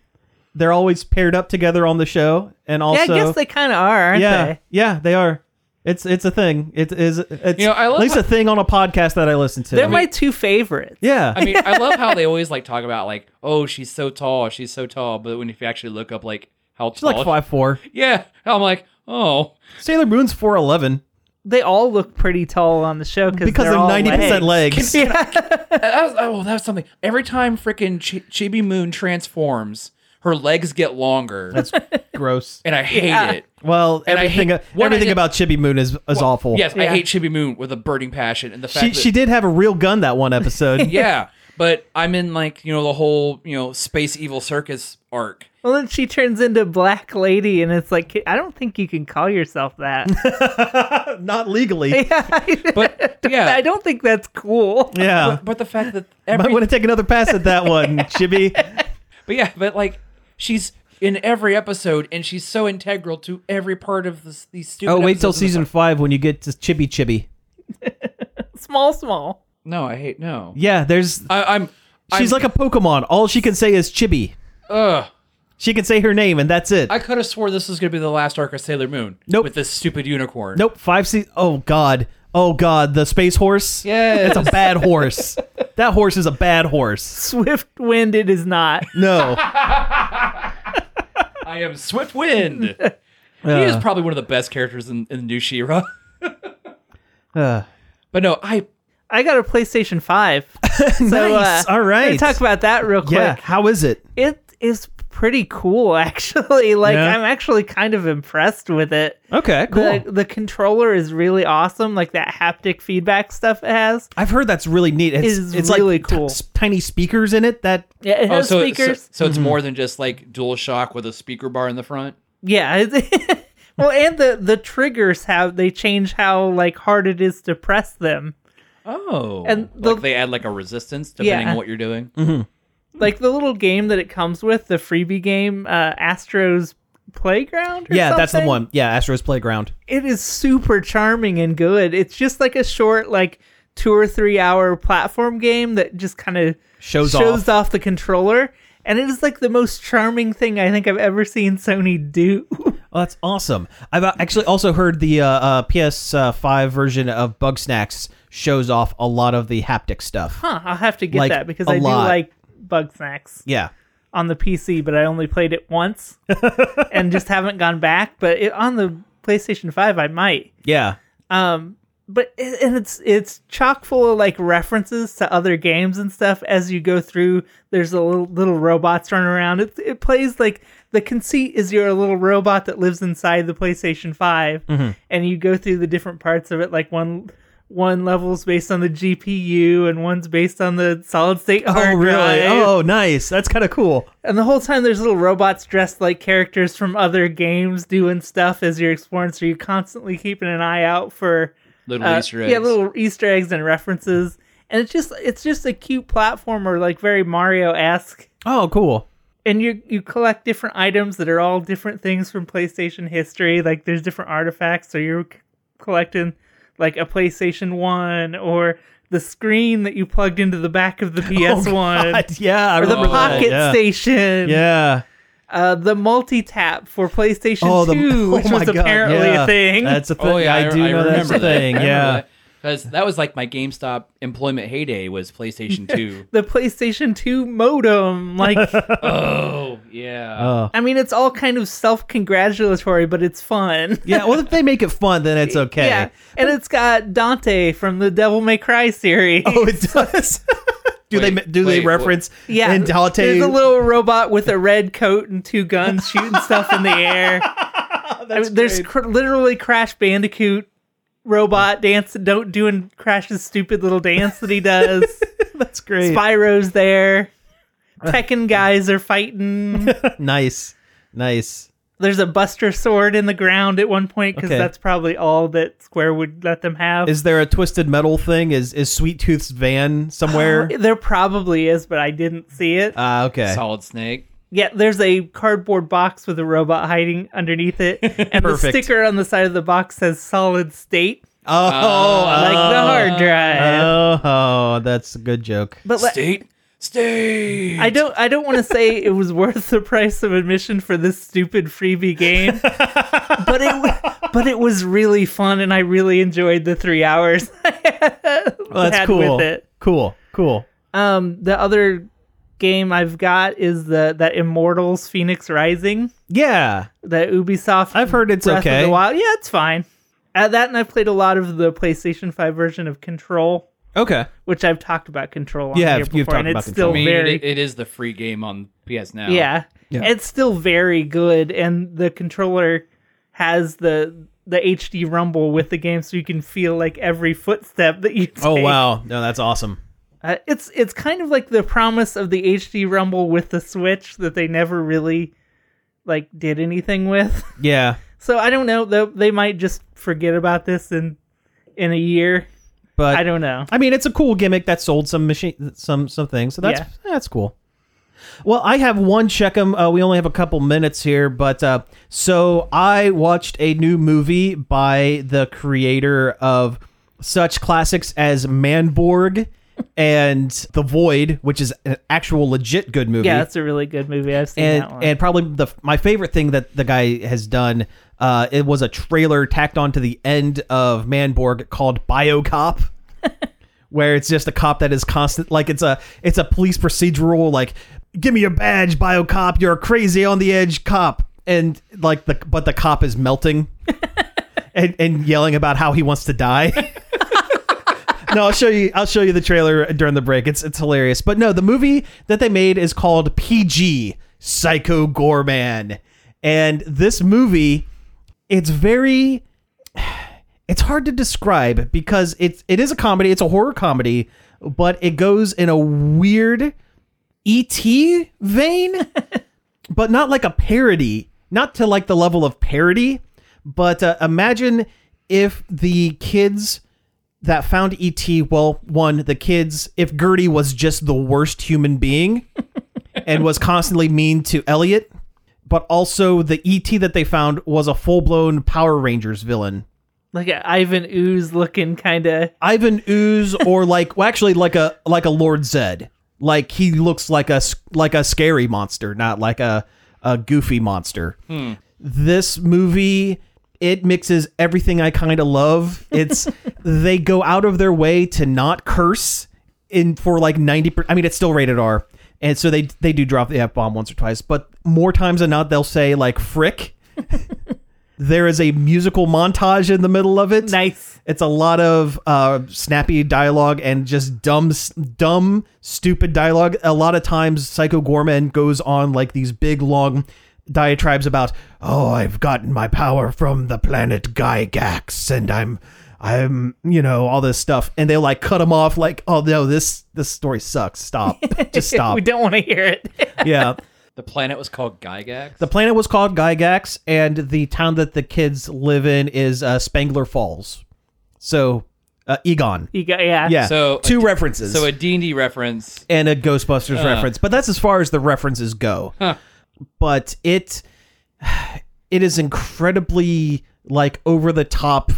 Speaker 3: They're always paired up together on the show, and
Speaker 2: Yeah,
Speaker 3: also
Speaker 2: I guess they kind of are, aren't
Speaker 3: yeah,
Speaker 2: they?
Speaker 3: yeah, they are. It's it's a thing. It is. It's
Speaker 4: You know, I love
Speaker 3: at least
Speaker 4: how-
Speaker 3: a thing on a podcast that I listen to.
Speaker 2: They're my two favorites.
Speaker 3: yeah,
Speaker 4: I mean, I love how
Speaker 3: (laughs)
Speaker 4: they always like talk about like, "Oh, she's so tall, she's so tall," but when if you actually look up like how
Speaker 3: she's like
Speaker 4: tall,
Speaker 3: five four.
Speaker 4: yeah, I'm like, oh,
Speaker 3: Sailor Moon's four eleven
Speaker 2: They all look pretty tall on the show
Speaker 3: because
Speaker 2: they're
Speaker 3: of
Speaker 2: all
Speaker 3: ninety percent legs.
Speaker 2: (laughs)
Speaker 4: that was, oh, that was something. Every time freaking Ch- Chibi Moon transforms, her legs get longer,
Speaker 3: That's gross.
Speaker 4: and I hate
Speaker 2: Yeah.
Speaker 4: it.
Speaker 3: Well,
Speaker 4: And I
Speaker 3: everything uh,
Speaker 4: hate- what I
Speaker 3: everything
Speaker 4: hate-
Speaker 3: about Chibi Moon is, is awful.
Speaker 4: Yes, I
Speaker 2: Yeah.
Speaker 4: hate Chibi Moon with a burning passion, and the fact
Speaker 3: she
Speaker 4: that
Speaker 3: she did have a real gun that one episode.
Speaker 2: (laughs)
Speaker 4: yeah, but I'm in like you know the whole you know space evil circus
Speaker 3: (laughs)
Speaker 4: arc.
Speaker 2: Well, then she turns into Black Lady, and it's like I don't think you can call yourself
Speaker 3: (laughs)
Speaker 2: that.
Speaker 3: Not legally.
Speaker 4: But
Speaker 2: I
Speaker 4: yeah,
Speaker 2: don't think that's cool. (laughs)
Speaker 3: Yeah.
Speaker 4: but the fact that
Speaker 3: Might
Speaker 4: every
Speaker 3: want to take another pass at that
Speaker 2: (laughs)
Speaker 3: one, Chibi.
Speaker 4: But yeah, but like she's in every episode, and she's so integral to every part of this, these stupid.
Speaker 3: Oh, wait till
Speaker 4: episodes in the
Speaker 3: season
Speaker 4: fi-
Speaker 3: five when you get to Chibi Chibi.
Speaker 2: Small, small.
Speaker 4: no, I hate no.
Speaker 3: Yeah, there's. She's
Speaker 4: I, I'm. I'm,
Speaker 3: like a Pokemon. All she can say is Chibi.
Speaker 4: Ugh.
Speaker 3: She can say her name, and that's it.
Speaker 4: I could have swore this was gonna be the last arc of Sailor Moon.
Speaker 3: Nope.
Speaker 4: With this stupid unicorn.
Speaker 3: nope. Five seasons. Oh God. Oh God. The space horse.
Speaker 4: Yes.
Speaker 3: It's a bad horse. that horse is a bad horse.
Speaker 2: Swift wind it is not. (laughs)
Speaker 3: No.
Speaker 4: I am
Speaker 3: (laughs)
Speaker 4: Swift Wind. he is probably one of the best characters in, in the new She-Ra. (laughs)
Speaker 3: Uh,
Speaker 4: But no, I
Speaker 2: I got a PlayStation
Speaker 3: (laughs)
Speaker 2: 5. So,
Speaker 3: Nice. All right.
Speaker 2: Let's talk about that real quick.
Speaker 3: yeah. How is it?
Speaker 2: It is pretty cool, (laughs) actually. Like,
Speaker 3: Yeah.
Speaker 2: I'm actually kind of impressed with it.
Speaker 3: Okay. Cool.
Speaker 2: The, the controller is really awesome. Like, that haptic feedback stuff it has.
Speaker 3: I've heard that's really neat. It's,
Speaker 2: Is
Speaker 3: it's
Speaker 2: really
Speaker 3: like t-
Speaker 2: cool.
Speaker 3: s- tiny speakers in it that
Speaker 2: Yeah, it
Speaker 4: oh
Speaker 2: has
Speaker 4: so so,
Speaker 2: speakers.
Speaker 4: so
Speaker 3: Mm-hmm.
Speaker 4: it's more than just like Dual Shock with a speaker bar in the front.
Speaker 2: Yeah. (laughs) it's- well, and the, the triggers have, they change how, like, hard it is to press them.
Speaker 4: Oh,
Speaker 2: And
Speaker 4: like
Speaker 2: the-
Speaker 4: they add like a resistance depending
Speaker 2: Yeah.
Speaker 4: on what you're doing.
Speaker 3: Mm-hmm.
Speaker 2: Like, the little game that it comes with, the freebie game, uh, Astro's Playground? Or
Speaker 3: yeah, that's the
Speaker 2: something?
Speaker 3: one. Yeah, Astro's Playground.
Speaker 2: it is super charming and good. It's just like a short, like two or three hour platform game that just kind of
Speaker 3: Shows off.
Speaker 2: the controller. And it is like the most charming thing I think I've ever seen Sony do. (laughs)
Speaker 3: Oh, that's awesome. I've uh, actually also heard the uh, uh, PS5 version of Bug Snacks shows off a lot of the haptic stuff.
Speaker 2: huh, I'll have to get
Speaker 3: Like,
Speaker 2: that because
Speaker 3: a
Speaker 2: I
Speaker 3: lot.
Speaker 2: do like Bug Snacks
Speaker 3: Yeah.
Speaker 2: on the PC, but I only played it
Speaker 3: (laughs)
Speaker 2: once and just haven't gone back. But it, on the PlayStation 5, I might.
Speaker 3: Yeah.
Speaker 2: but it- and it's it's chock full of like references to other games and stuff as you go through there's a little, little robots running around it, it plays like the conceit is you're a little robot that lives inside the playstation 5
Speaker 3: Mm-hmm.
Speaker 2: and you go through the different parts of it like one one level's based on the gpu and one's based on the solid state hard
Speaker 3: oh, really?
Speaker 2: drive.
Speaker 3: Oh, nice. That's kind of cool.
Speaker 2: And the whole time there's little robots dressed like characters from other games doing stuff as you're exploring, so you're constantly keeping an eye out for
Speaker 4: Little
Speaker 2: uh,
Speaker 4: Easter
Speaker 2: Yeah,
Speaker 4: eggs.
Speaker 2: little Easter eggs and references. And it's just it's just a cute platformer, like very Mario esque.
Speaker 3: Oh, cool. (laughs)
Speaker 2: And you you collect different items that are all different things from PlayStation history. Like there's different artifacts, so you're c- collecting like a PlayStation One or the screen that you plugged into the back of the
Speaker 3: (laughs)
Speaker 2: PS One
Speaker 3: Oh, God, yeah, I
Speaker 2: or the
Speaker 3: remember that,
Speaker 2: Pocket
Speaker 3: yeah.
Speaker 2: Station.
Speaker 3: Yeah.
Speaker 2: Uh, the multi tap for PlayStation
Speaker 3: Oh,
Speaker 2: (laughs)
Speaker 3: the (laughs)
Speaker 2: 2,
Speaker 3: oh
Speaker 2: which
Speaker 3: my
Speaker 2: was
Speaker 3: God,
Speaker 2: apparently
Speaker 3: yeah.
Speaker 2: a thing.
Speaker 3: That's a thing.
Speaker 4: Oh yeah,
Speaker 3: I, do know that's a thing. yeah.
Speaker 4: because that was like my GameStop employment heyday was PlayStation
Speaker 3: (laughs)
Speaker 4: Two.
Speaker 2: the PlayStation 2 modem. Like,
Speaker 4: oh yeah,
Speaker 3: Oh.
Speaker 2: I mean, it's all kind of self congratulatory, but it's fun. (laughs)
Speaker 3: (laughs) Yeah, well, if they make it fun, then it's okay.
Speaker 2: Yeah. And it's got Dante from the Devil May Cry series.
Speaker 3: Oh, it does. (laughs) do they
Speaker 4: Wait,
Speaker 3: do they
Speaker 4: wait,
Speaker 3: reference
Speaker 2: (laughs) yeah.
Speaker 3: and Dante?
Speaker 2: There's a little robot with a red coat and two guns shooting stuff in the
Speaker 3: (laughs)
Speaker 2: air. I mean, there's cr- literally Crash Bandicoot robot dance don't doing Crash's stupid little dance that he
Speaker 3: (laughs)
Speaker 2: does.
Speaker 3: (laughs) that's great.
Speaker 2: Spyro's
Speaker 3: (laughs)
Speaker 2: there. Tekken guys are fighting.
Speaker 3: nice, nice.
Speaker 2: There's a Buster sword in the ground at one point because
Speaker 3: Okay.
Speaker 2: that's probably all that Square would let them have.
Speaker 3: Is there a twisted metal thing? Is is Sweet Tooth's
Speaker 2: (gasps)
Speaker 3: van somewhere?
Speaker 2: Uh, there probably is, but I didn't see it.
Speaker 3: Ah, okay.
Speaker 4: Solid Snake.
Speaker 2: yeah, there's a cardboard box with a robot hiding underneath
Speaker 3: (laughs)
Speaker 2: it, and the
Speaker 3: Perfect.
Speaker 2: sticker on the side of the box says "solid state,"
Speaker 3: Oh, oh,
Speaker 2: like the hard drive.
Speaker 3: (laughs) oh, that's a good joke.
Speaker 2: but like,
Speaker 4: State, state.
Speaker 2: I don't I don't want to say it was worth the price of admission for this stupid freebie game, but it wa- but it was really fun and I really enjoyed the three hours (laughs)
Speaker 3: Well, that's
Speaker 2: had
Speaker 3: cool.
Speaker 2: with it.
Speaker 3: Cool, cool.
Speaker 2: Um, the other game I've got is the that Immortals Phoenix Rising,
Speaker 3: Yeah,
Speaker 2: the Ubisoft.
Speaker 3: I've heard it's
Speaker 2: Breath Of
Speaker 3: okay.
Speaker 2: the Wild. Yeah, it's fine. Uh, that and I've played a lot of the PlayStation Five version of Control,
Speaker 3: Okay,
Speaker 2: which I've talked about Control on
Speaker 3: Yeah,
Speaker 2: here
Speaker 3: you've
Speaker 2: before,
Speaker 3: talked
Speaker 2: and
Speaker 3: about
Speaker 2: it's
Speaker 3: Control.
Speaker 2: still
Speaker 4: I mean,
Speaker 2: very
Speaker 4: it, it is the free game on PS Now.
Speaker 2: Yeah. It's still very good and the controller has the the HD rumble with the game so you can feel like every footstep that you take.
Speaker 3: Oh wow, no, that's awesome.
Speaker 2: Uh, it's it's kind of like the promise of the HD rumble with the Switch that they never really like did anything with. (laughs)
Speaker 3: Yeah,
Speaker 2: So I don't know, though they might just forget about this in in a year.
Speaker 3: but
Speaker 2: I don't know.
Speaker 3: I mean, it's a cool gimmick that sold some machine, some some things. So that's that's cool. Well, I have one Checkum. Uh, we only have a couple minutes here, but uh, so I watched a new movie by the creator of such classics as Manborg (laughs) and The Void, which is an actual legit good movie
Speaker 2: Yeah, that's a really good movie. I've seen that
Speaker 3: and
Speaker 2: one.
Speaker 3: and probably the my favorite thing that the guy has done uh it was a trailer tacked onto the end of Manborg called Biocop
Speaker 2: (laughs)
Speaker 3: where it's just a cop that is constant like it's a it's a police procedural like give me your badge Biocop you're a crazy on the edge cop and like the but the cop is
Speaker 2: (laughs)
Speaker 3: melting and and yelling about how he wants
Speaker 2: (laughs)
Speaker 3: to die no, I'll show you. I'll show you the trailer during the break. It's it's hilarious. But no, the movie that they made is called PG Psycho Gorman, and this movie, it's very, (sighs) it's hard to describe because it's it is a comedy. It's a horror comedy, but it goes in a weird ET vein, (laughs) but not like a parody, not to like the level of parody. But uh, imagine if the kids that found ET, well, one, the kids, if Gertie was just the worst human being and was constantly mean to Elliot, but also the ET that they found was a full blown Power Rangers villain.
Speaker 2: like a Ivan Ooze looking kind of
Speaker 3: Ivan Ooze or like well actually like a like a Lord Zed. Like he looks like a s- like a scary monster, not like a a goofy monster. This movie it mixes everything I kind of love. It's they go out of their way to not curse in for like 90% I mean it's still rated R. And so they they do drop the F bomb once or twice, but more times than not they'll say like frick There is a musical montage in the middle of it.
Speaker 2: Nice.
Speaker 3: It's a lot of uh, snappy dialogue and just dumb, s- dumb, stupid dialogue. A lot of times, Psycho Gorman goes on like these big, long diatribes about, "Oh, I've gotten my power from the planet Gygax, and I'm, I'm, you know, all this stuff." And they like cut him off, like, "Oh no, this this story sucks. Stop, just stop."
Speaker 2: we don't want to hear it. (laughs)
Speaker 3: yeah.
Speaker 4: The planet was called Gygax.
Speaker 3: The planet was called Gygax, and the town that the kids live in is uh, Spangler Falls. So, uh, Egon.
Speaker 2: you got yeah.
Speaker 3: Yeah.
Speaker 4: So-
Speaker 3: two references.
Speaker 4: so a Uh. D&D reference.
Speaker 3: and a Ghostbusters reference, but that's as far as the references go. But it it is incredibly like over the top,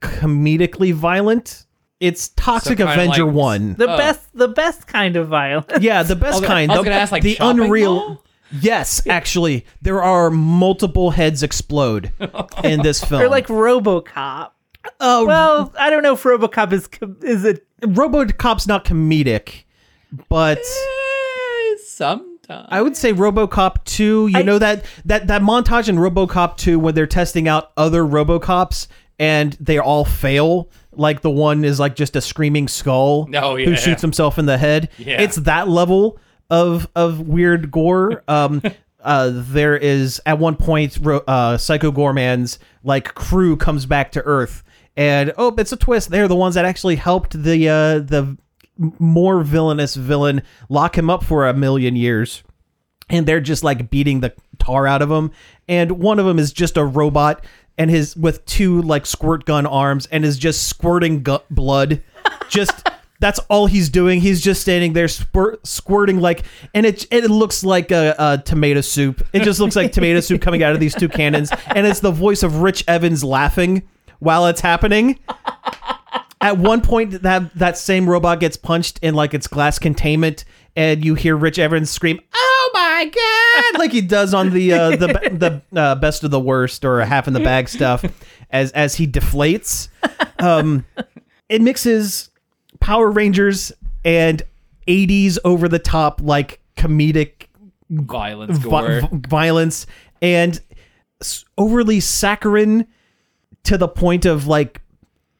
Speaker 3: comedically violent. It's Toxic
Speaker 4: kinda
Speaker 3: Avenger
Speaker 4: like-
Speaker 3: One.
Speaker 2: The best the best kind of violence.
Speaker 3: (laughs) Yeah, the best
Speaker 4: was-
Speaker 3: kind.
Speaker 4: I was
Speaker 3: the,
Speaker 4: gonna ask, like,
Speaker 3: the
Speaker 4: shopping
Speaker 3: unreal.
Speaker 4: mall?
Speaker 3: Yes, actually, there are multiple heads
Speaker 4: (laughs)
Speaker 3: explode in this film.
Speaker 4: Oh.
Speaker 2: Or like RoboCop.
Speaker 3: oh,
Speaker 2: Well, I don't know if RoboCop is com- is it
Speaker 3: RoboCop's not comedic, but
Speaker 4: Eh, Sometimes.
Speaker 3: I would say RoboCop 2, you
Speaker 2: I-
Speaker 3: know that that that montage in RoboCop 2 when they're testing out other RoboCops and they all fail, like the one is like just a screaming skull
Speaker 4: Oh, yeah.
Speaker 3: who shoots himself in the head.
Speaker 4: Yeah.
Speaker 3: It's that level of of weird
Speaker 4: (laughs)
Speaker 3: gore. Um Uh, there is at one point Ro- uh, Psycho Gorman's like crew comes back to Earth, and oh, it's a twist. They're the ones that actually helped the uh, the more villainous villain lock him up for a million years and they're just like beating the tar out of him and one of them is just a robot and his with two like squirt gun arms and is just squirting gu- blood just (laughs) that's all he's doing he's just standing there squirt, squirting like and it and it looks like a, a tomato soup it just looks like tomato soup coming out of these two cannons and it's the voice of rich evans laughing while it's happening at one point that that same robot gets punched in like its glass containment and you hear Rich Evans scream oh my god like he does on the uh, the the uh, best of the worst or half in the bag stuff as as he deflates um it mixes Power Rangers and 80s over the top like comedic
Speaker 4: Violence
Speaker 3: vi-
Speaker 4: gore.
Speaker 3: v- violence and s- overly saccharine to the point of like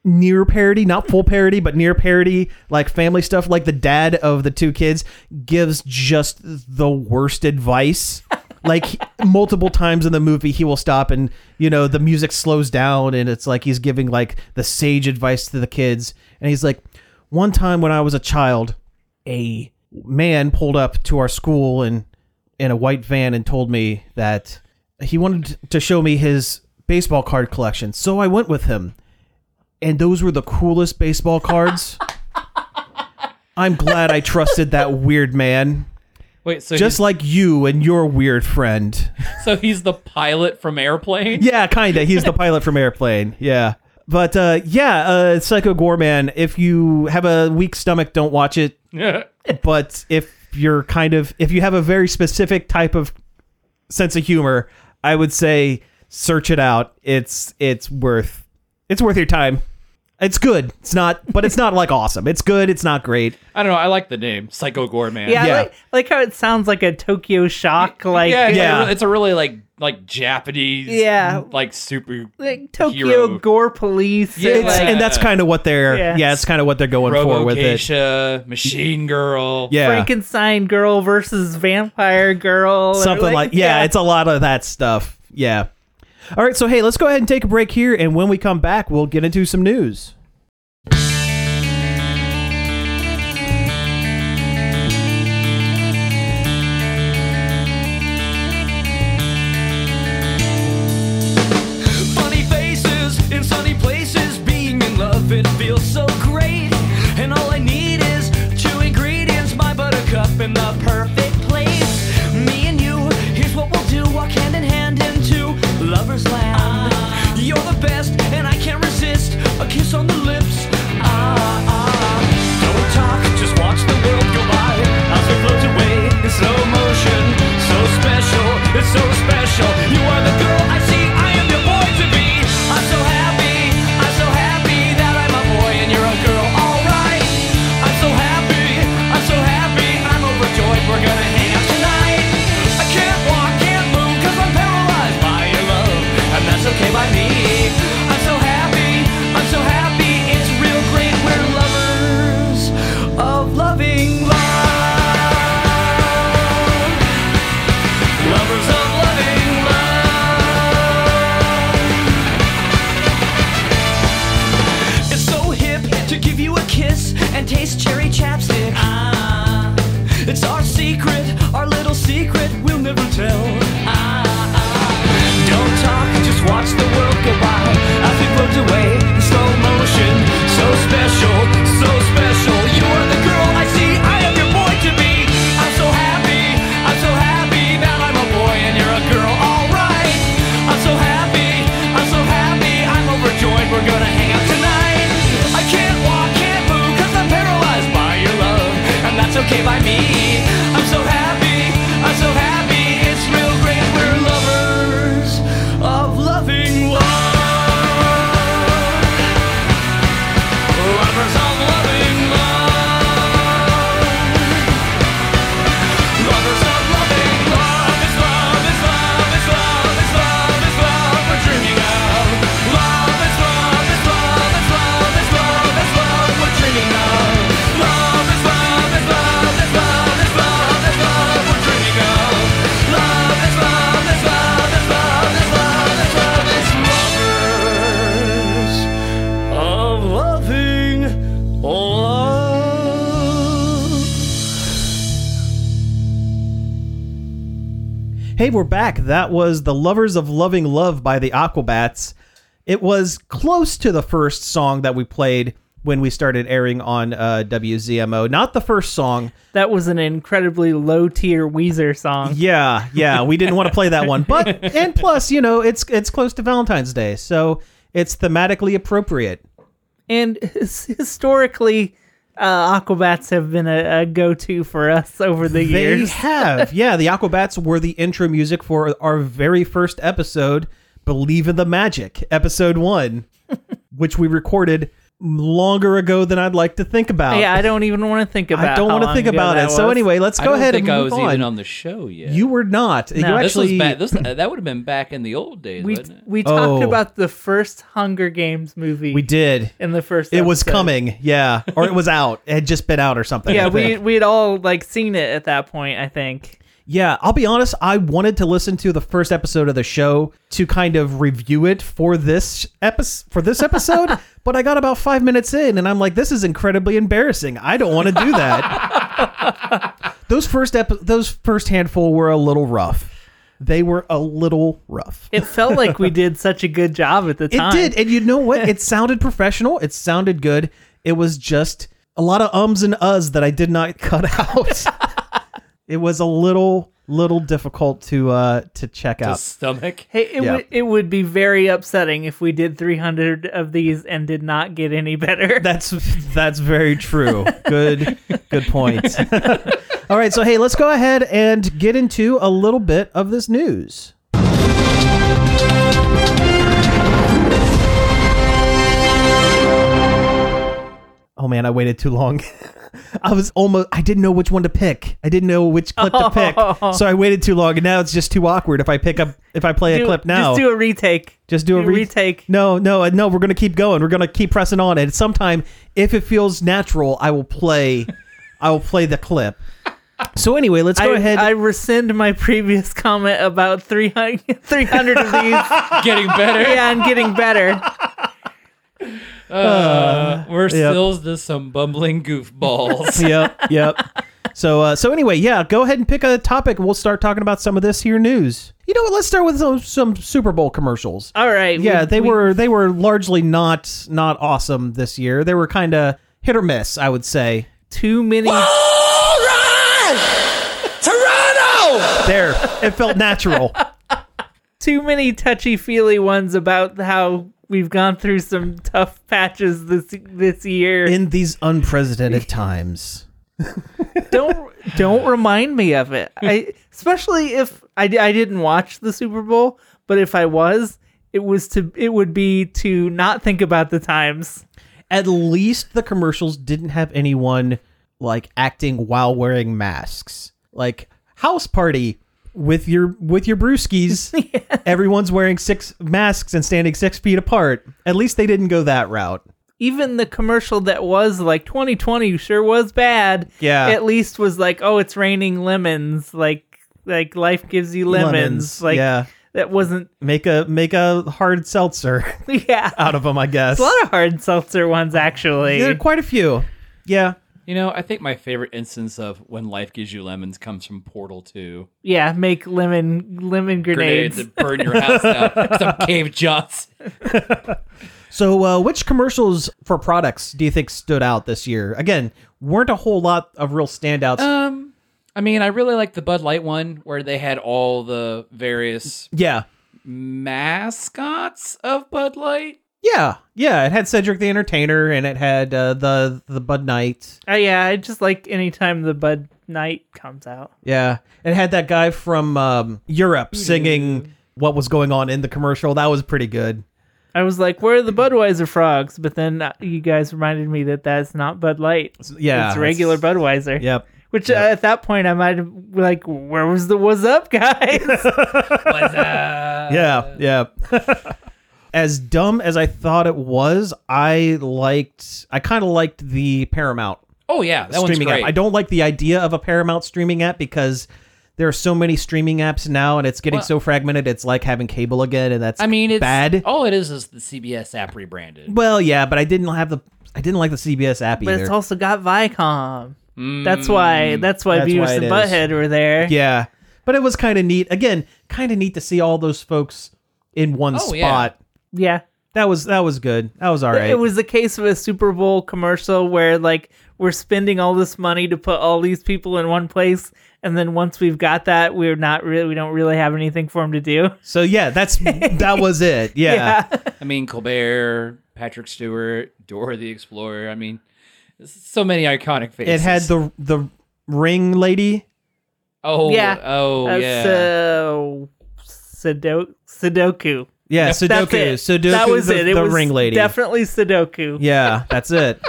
Speaker 3: near parody, not full parody, but near parody, like family stuff. Like the dad of the two kids gives just the worst advice. Like he- multiple times in the movie, he will stop and you know the music slows down, and it's like he's giving like the sage advice to the kids, and he's like, "One time when I was a child, a man pulled up to our school and in a white van and told me that he wanted to show me his baseball card collection. So I went with him. And those were the coolest baseball cards. I'm glad I trusted that weird man.
Speaker 4: Wait, so
Speaker 3: Just
Speaker 4: just
Speaker 3: like you and your weird friend.
Speaker 4: so he's the pilot from Airplane.
Speaker 3: Yeah, kinda. He's the pilot from Airplane. Yeah. But uh, yeah, uh, Psycho Gorman, if you have a weak stomach, don't watch it. but if you're kind of if you have a very specific type of sense of humor, I would say search it out. It's it's worth it's worth your time. It's good. It's not but it's not like awesome. It's good, it's not great.
Speaker 4: (laughs) I don't know. I like the name Psycho Gore Man.
Speaker 2: Yeah, I
Speaker 3: Yeah.
Speaker 2: Like, I like how it sounds like a Tokyo Shock, like
Speaker 4: yeah, it's,
Speaker 3: Yeah.
Speaker 4: A, it's a really like like Japanese,
Speaker 2: Yeah.
Speaker 4: like super
Speaker 2: like Tokyo
Speaker 4: Hero.
Speaker 2: Gore Police.
Speaker 4: Yeah,
Speaker 2: and,
Speaker 3: It's,
Speaker 2: like
Speaker 3: and that's kind of what they're
Speaker 2: Yeah.
Speaker 3: yeah, it's kind of what they're going for
Speaker 4: Robo
Speaker 3: with it.
Speaker 4: Geisha, Machine Girl.
Speaker 3: Yeah.
Speaker 2: Frankenstein Girl versus Vampire Girl, or
Speaker 3: something like, yeah,
Speaker 2: yeah.
Speaker 3: it's a lot of that stuff. Yeah. All right, so hey, let's go ahead and take a break here and when we come back, we'll get into some news.
Speaker 6: Funny faces in sunny places, being in love, it feels so great. And all I need is two ingredients my buttercup and the perfect place. Me and you, here's what we'll do walk hand in hand into lover's land. You're the best, and I can't resist a kiss on the lips. Ah, I
Speaker 3: Ah, Ah, Hey, we're back. That was The Lovers of Loving Love by the Aquabats. It was close to the first song that we played when we started airing on uh, WZMO. Not the first song.
Speaker 2: That was an incredibly low tier Weezer song.
Speaker 3: Yeah, yeah, we didn't want to play that one. But
Speaker 2: (laughs)
Speaker 3: and plus, you know, it's it's close to Valentine's Day, so it's thematically appropriate.
Speaker 2: And his- historically, uh, Aquabats have been a, a go to for us over the
Speaker 3: They
Speaker 2: years.
Speaker 3: (laughs) have. Yeah, the Aquabats were the intro music for our very first episode, Believe in the Magic,
Speaker 2: (laughs)
Speaker 3: episode 1, which we recorded longer ago than I'd like to think about.
Speaker 2: Yeah, I don't even want to think about.
Speaker 3: I don't
Speaker 2: how
Speaker 3: want to
Speaker 2: long
Speaker 3: think
Speaker 2: ago
Speaker 3: about it.
Speaker 2: that
Speaker 3: So
Speaker 2: was.
Speaker 3: anyway, let's
Speaker 4: I
Speaker 3: go
Speaker 4: don't
Speaker 3: ahead
Speaker 4: think
Speaker 3: and
Speaker 4: I
Speaker 3: move
Speaker 4: was
Speaker 3: on.
Speaker 4: even on the show yet.
Speaker 3: You were not.
Speaker 2: No.
Speaker 3: you
Speaker 2: This
Speaker 4: this was
Speaker 3: actually
Speaker 4: back, this, uh, that would have been back in the old days.
Speaker 2: we
Speaker 4: wouldn't it?
Speaker 2: we talked
Speaker 3: Oh.
Speaker 2: about the first Hunger Games movie.
Speaker 3: we did.
Speaker 2: in the first.
Speaker 3: It was
Speaker 2: episode.
Speaker 3: coming, yeah, or it was out. It had just been out or something.
Speaker 2: Yeah,
Speaker 3: I
Speaker 2: we
Speaker 3: think.
Speaker 2: we had all like seen it at that point. I think.
Speaker 3: Yeah, I'll be honest. I wanted to listen to the first episode of the show to kind of review it for this episode, for this episode, but I got about five minutes in, and I'm like, "This is incredibly embarrassing. I don't want to do that." those first epi- those first handful were a little rough. They were a little rough.
Speaker 2: It felt like we did such a good job at the
Speaker 3: (laughs) It
Speaker 2: time.
Speaker 3: did, and you know
Speaker 2: (laughs)
Speaker 3: what? It sounded professional. It sounded good. It was just a lot of ums and uhs that I did not (laughs) cut out.
Speaker 2: (laughs)
Speaker 3: it was a little little difficult to uh to check
Speaker 4: The
Speaker 3: out.
Speaker 4: stomach. (laughs)
Speaker 2: Hey, it
Speaker 3: Yeah.
Speaker 2: would it would be very upsetting if we did 300 of these and did not get any better.
Speaker 3: (laughs) That's that's very true. Good good point. (laughs) All right, so hey, let's go ahead and get into a little bit of this news. Oh man, I waited too long. (laughs) I was almost I didn't know which one to pick. I didn't know which clip to
Speaker 2: (laughs)
Speaker 3: pick. So I waited too long and now it's just too awkward if I pick up if I play a
Speaker 2: (laughs) Do-
Speaker 3: clip now.
Speaker 2: Just do a retake.
Speaker 3: Just do a re-
Speaker 2: retake.
Speaker 3: No, no, uh, no. We're gonna keep going. We're gonna keep pressing on. And sometime, if it feels natural, I will play. (laughs) I will play the clip. So anyway, let's go
Speaker 2: I,
Speaker 3: ahead.
Speaker 2: I rescind my previous comment about (laughs) 300, 300 of these.
Speaker 3: (laughs)
Speaker 4: Getting better. (laughs)
Speaker 2: yeah, and getting better.
Speaker 4: Uh, We're still just some bumbling goofballs.
Speaker 3: (laughs)
Speaker 4: (laughs)
Speaker 3: yep, yep. So, uh, so anyway, yeah. Go ahead and pick a topic. We'll start talking about some of this here news. You know what? Let's start with some, some Super Bowl commercials.
Speaker 2: All right.
Speaker 3: yeah,
Speaker 2: we-
Speaker 3: they
Speaker 2: we-
Speaker 3: were they were largely not not awesome this year. They were kind of hit or miss, I would say.
Speaker 2: too
Speaker 3: (laughs)
Speaker 2: many.
Speaker 5: All right! Toronto!
Speaker 3: There, it felt natural.
Speaker 2: (laughs) too many touchy feely ones about how we've gone through some tough patches this this year.
Speaker 3: in these unprecedented times.
Speaker 2: (laughs) don't don't remind me of it. I especially if I, di- I didn't watch the Super Bowl, but if I was, it was to it would be to not think about the times.
Speaker 3: At least the commercials didn't have anyone like acting while wearing masks. Like house party with your with your brewskis. Everyone's wearing six masks and standing six feet apart. At least they didn't go that route.
Speaker 2: Even the commercial that was like 2020 sure was bad.
Speaker 3: Yeah.
Speaker 2: at least was like, oh, it's raining lemons. Like like life gives you lemons. Like
Speaker 3: yeah.
Speaker 2: that wasn't (laughs)
Speaker 3: Make a make a hard seltzer (laughs)
Speaker 2: yeah.
Speaker 3: out of them, I guess.
Speaker 2: a lot of hard seltzer ones actually.
Speaker 3: There are quite a few. Yeah.
Speaker 4: you know, I think my favorite instance of when life gives you lemons comes from Portal 2.
Speaker 2: Yeah, make lemon lemon
Speaker 4: Grenades
Speaker 2: grenades.
Speaker 4: that burn your house down. (laughs) 'cause I'm Cave Johnson.
Speaker 3: So, uh, which commercials for products do you think stood out this year? Again, weren't a whole lot of real standouts.
Speaker 4: Um, I mean, I really like the Bud Light one where they had all the various
Speaker 3: yeah,
Speaker 4: mascots of Bud Light.
Speaker 3: yeah, yeah. It had Cedric the Entertainer, and it had uh, the the Bud Knight.
Speaker 2: Oh yeah, I just like anytime the Bud Knight comes out.
Speaker 3: Yeah, it had that guy from um, Europe singing what was going on in the commercial. That was pretty good.
Speaker 2: I was like, where are the Budweiser frogs? But then uh, you guys reminded me that that's not Bud Light. It's,
Speaker 3: Yeah,
Speaker 2: regular Budweiser.
Speaker 3: Yep.
Speaker 2: Which uh, at that point I might have like, where was the "What's up,
Speaker 3: (laughs)
Speaker 2: guys"?
Speaker 4: uh,
Speaker 3: yeah, yeah. (laughs) as dumb as I thought it was, I liked. I kind of liked the Paramount
Speaker 4: (laughs) Oh yeah, that one's
Speaker 3: streaming
Speaker 4: great.
Speaker 3: app. I don't like the idea of a Paramount streaming app because there are so many streaming apps now, and it's getting so fragmented. It's like having cable again, and that's
Speaker 4: I mean, it's
Speaker 3: bad.
Speaker 4: All it is is the CBS app rebranded.
Speaker 3: Well, yeah, but I didn't have the I didn't like the CBS app
Speaker 2: but
Speaker 3: either.
Speaker 2: it's also got Viacom. That's why. That's why
Speaker 3: That's
Speaker 2: Beavis
Speaker 3: why it
Speaker 2: and
Speaker 3: is.
Speaker 2: Butthead were there.
Speaker 3: yeah, But it was kind of neat. Again, kind of neat to see all those folks in one
Speaker 4: Oh, yeah.
Speaker 3: spot.
Speaker 2: Yeah.
Speaker 3: That was that was good. That was all right.
Speaker 2: It was the case of a Super Bowl commercial where like we're spending all this money to put all these people in one place, and then once we've got that, we're not really we don't really have anything for them to do.
Speaker 3: so yeah,
Speaker 2: (laughs)
Speaker 3: that's that was it. Yeah.
Speaker 4: I mean, Colbert, Patrick Stewart, Dora the Explorer. I mean, so many iconic
Speaker 3: It
Speaker 4: faces.
Speaker 3: had the the ring lady.
Speaker 4: oh
Speaker 2: Yeah.
Speaker 4: oh
Speaker 2: That's,
Speaker 4: yeah.
Speaker 2: uh, Sudo- Sudoku.
Speaker 3: Yeah,
Speaker 2: That's
Speaker 3: Sudoku.
Speaker 2: it.
Speaker 3: Sudoku
Speaker 2: that was
Speaker 3: the,
Speaker 2: it. It
Speaker 3: the
Speaker 2: was
Speaker 3: ring lady.
Speaker 2: Definitely Sudoku.
Speaker 3: yeah, that's
Speaker 4: (laughs)
Speaker 3: it.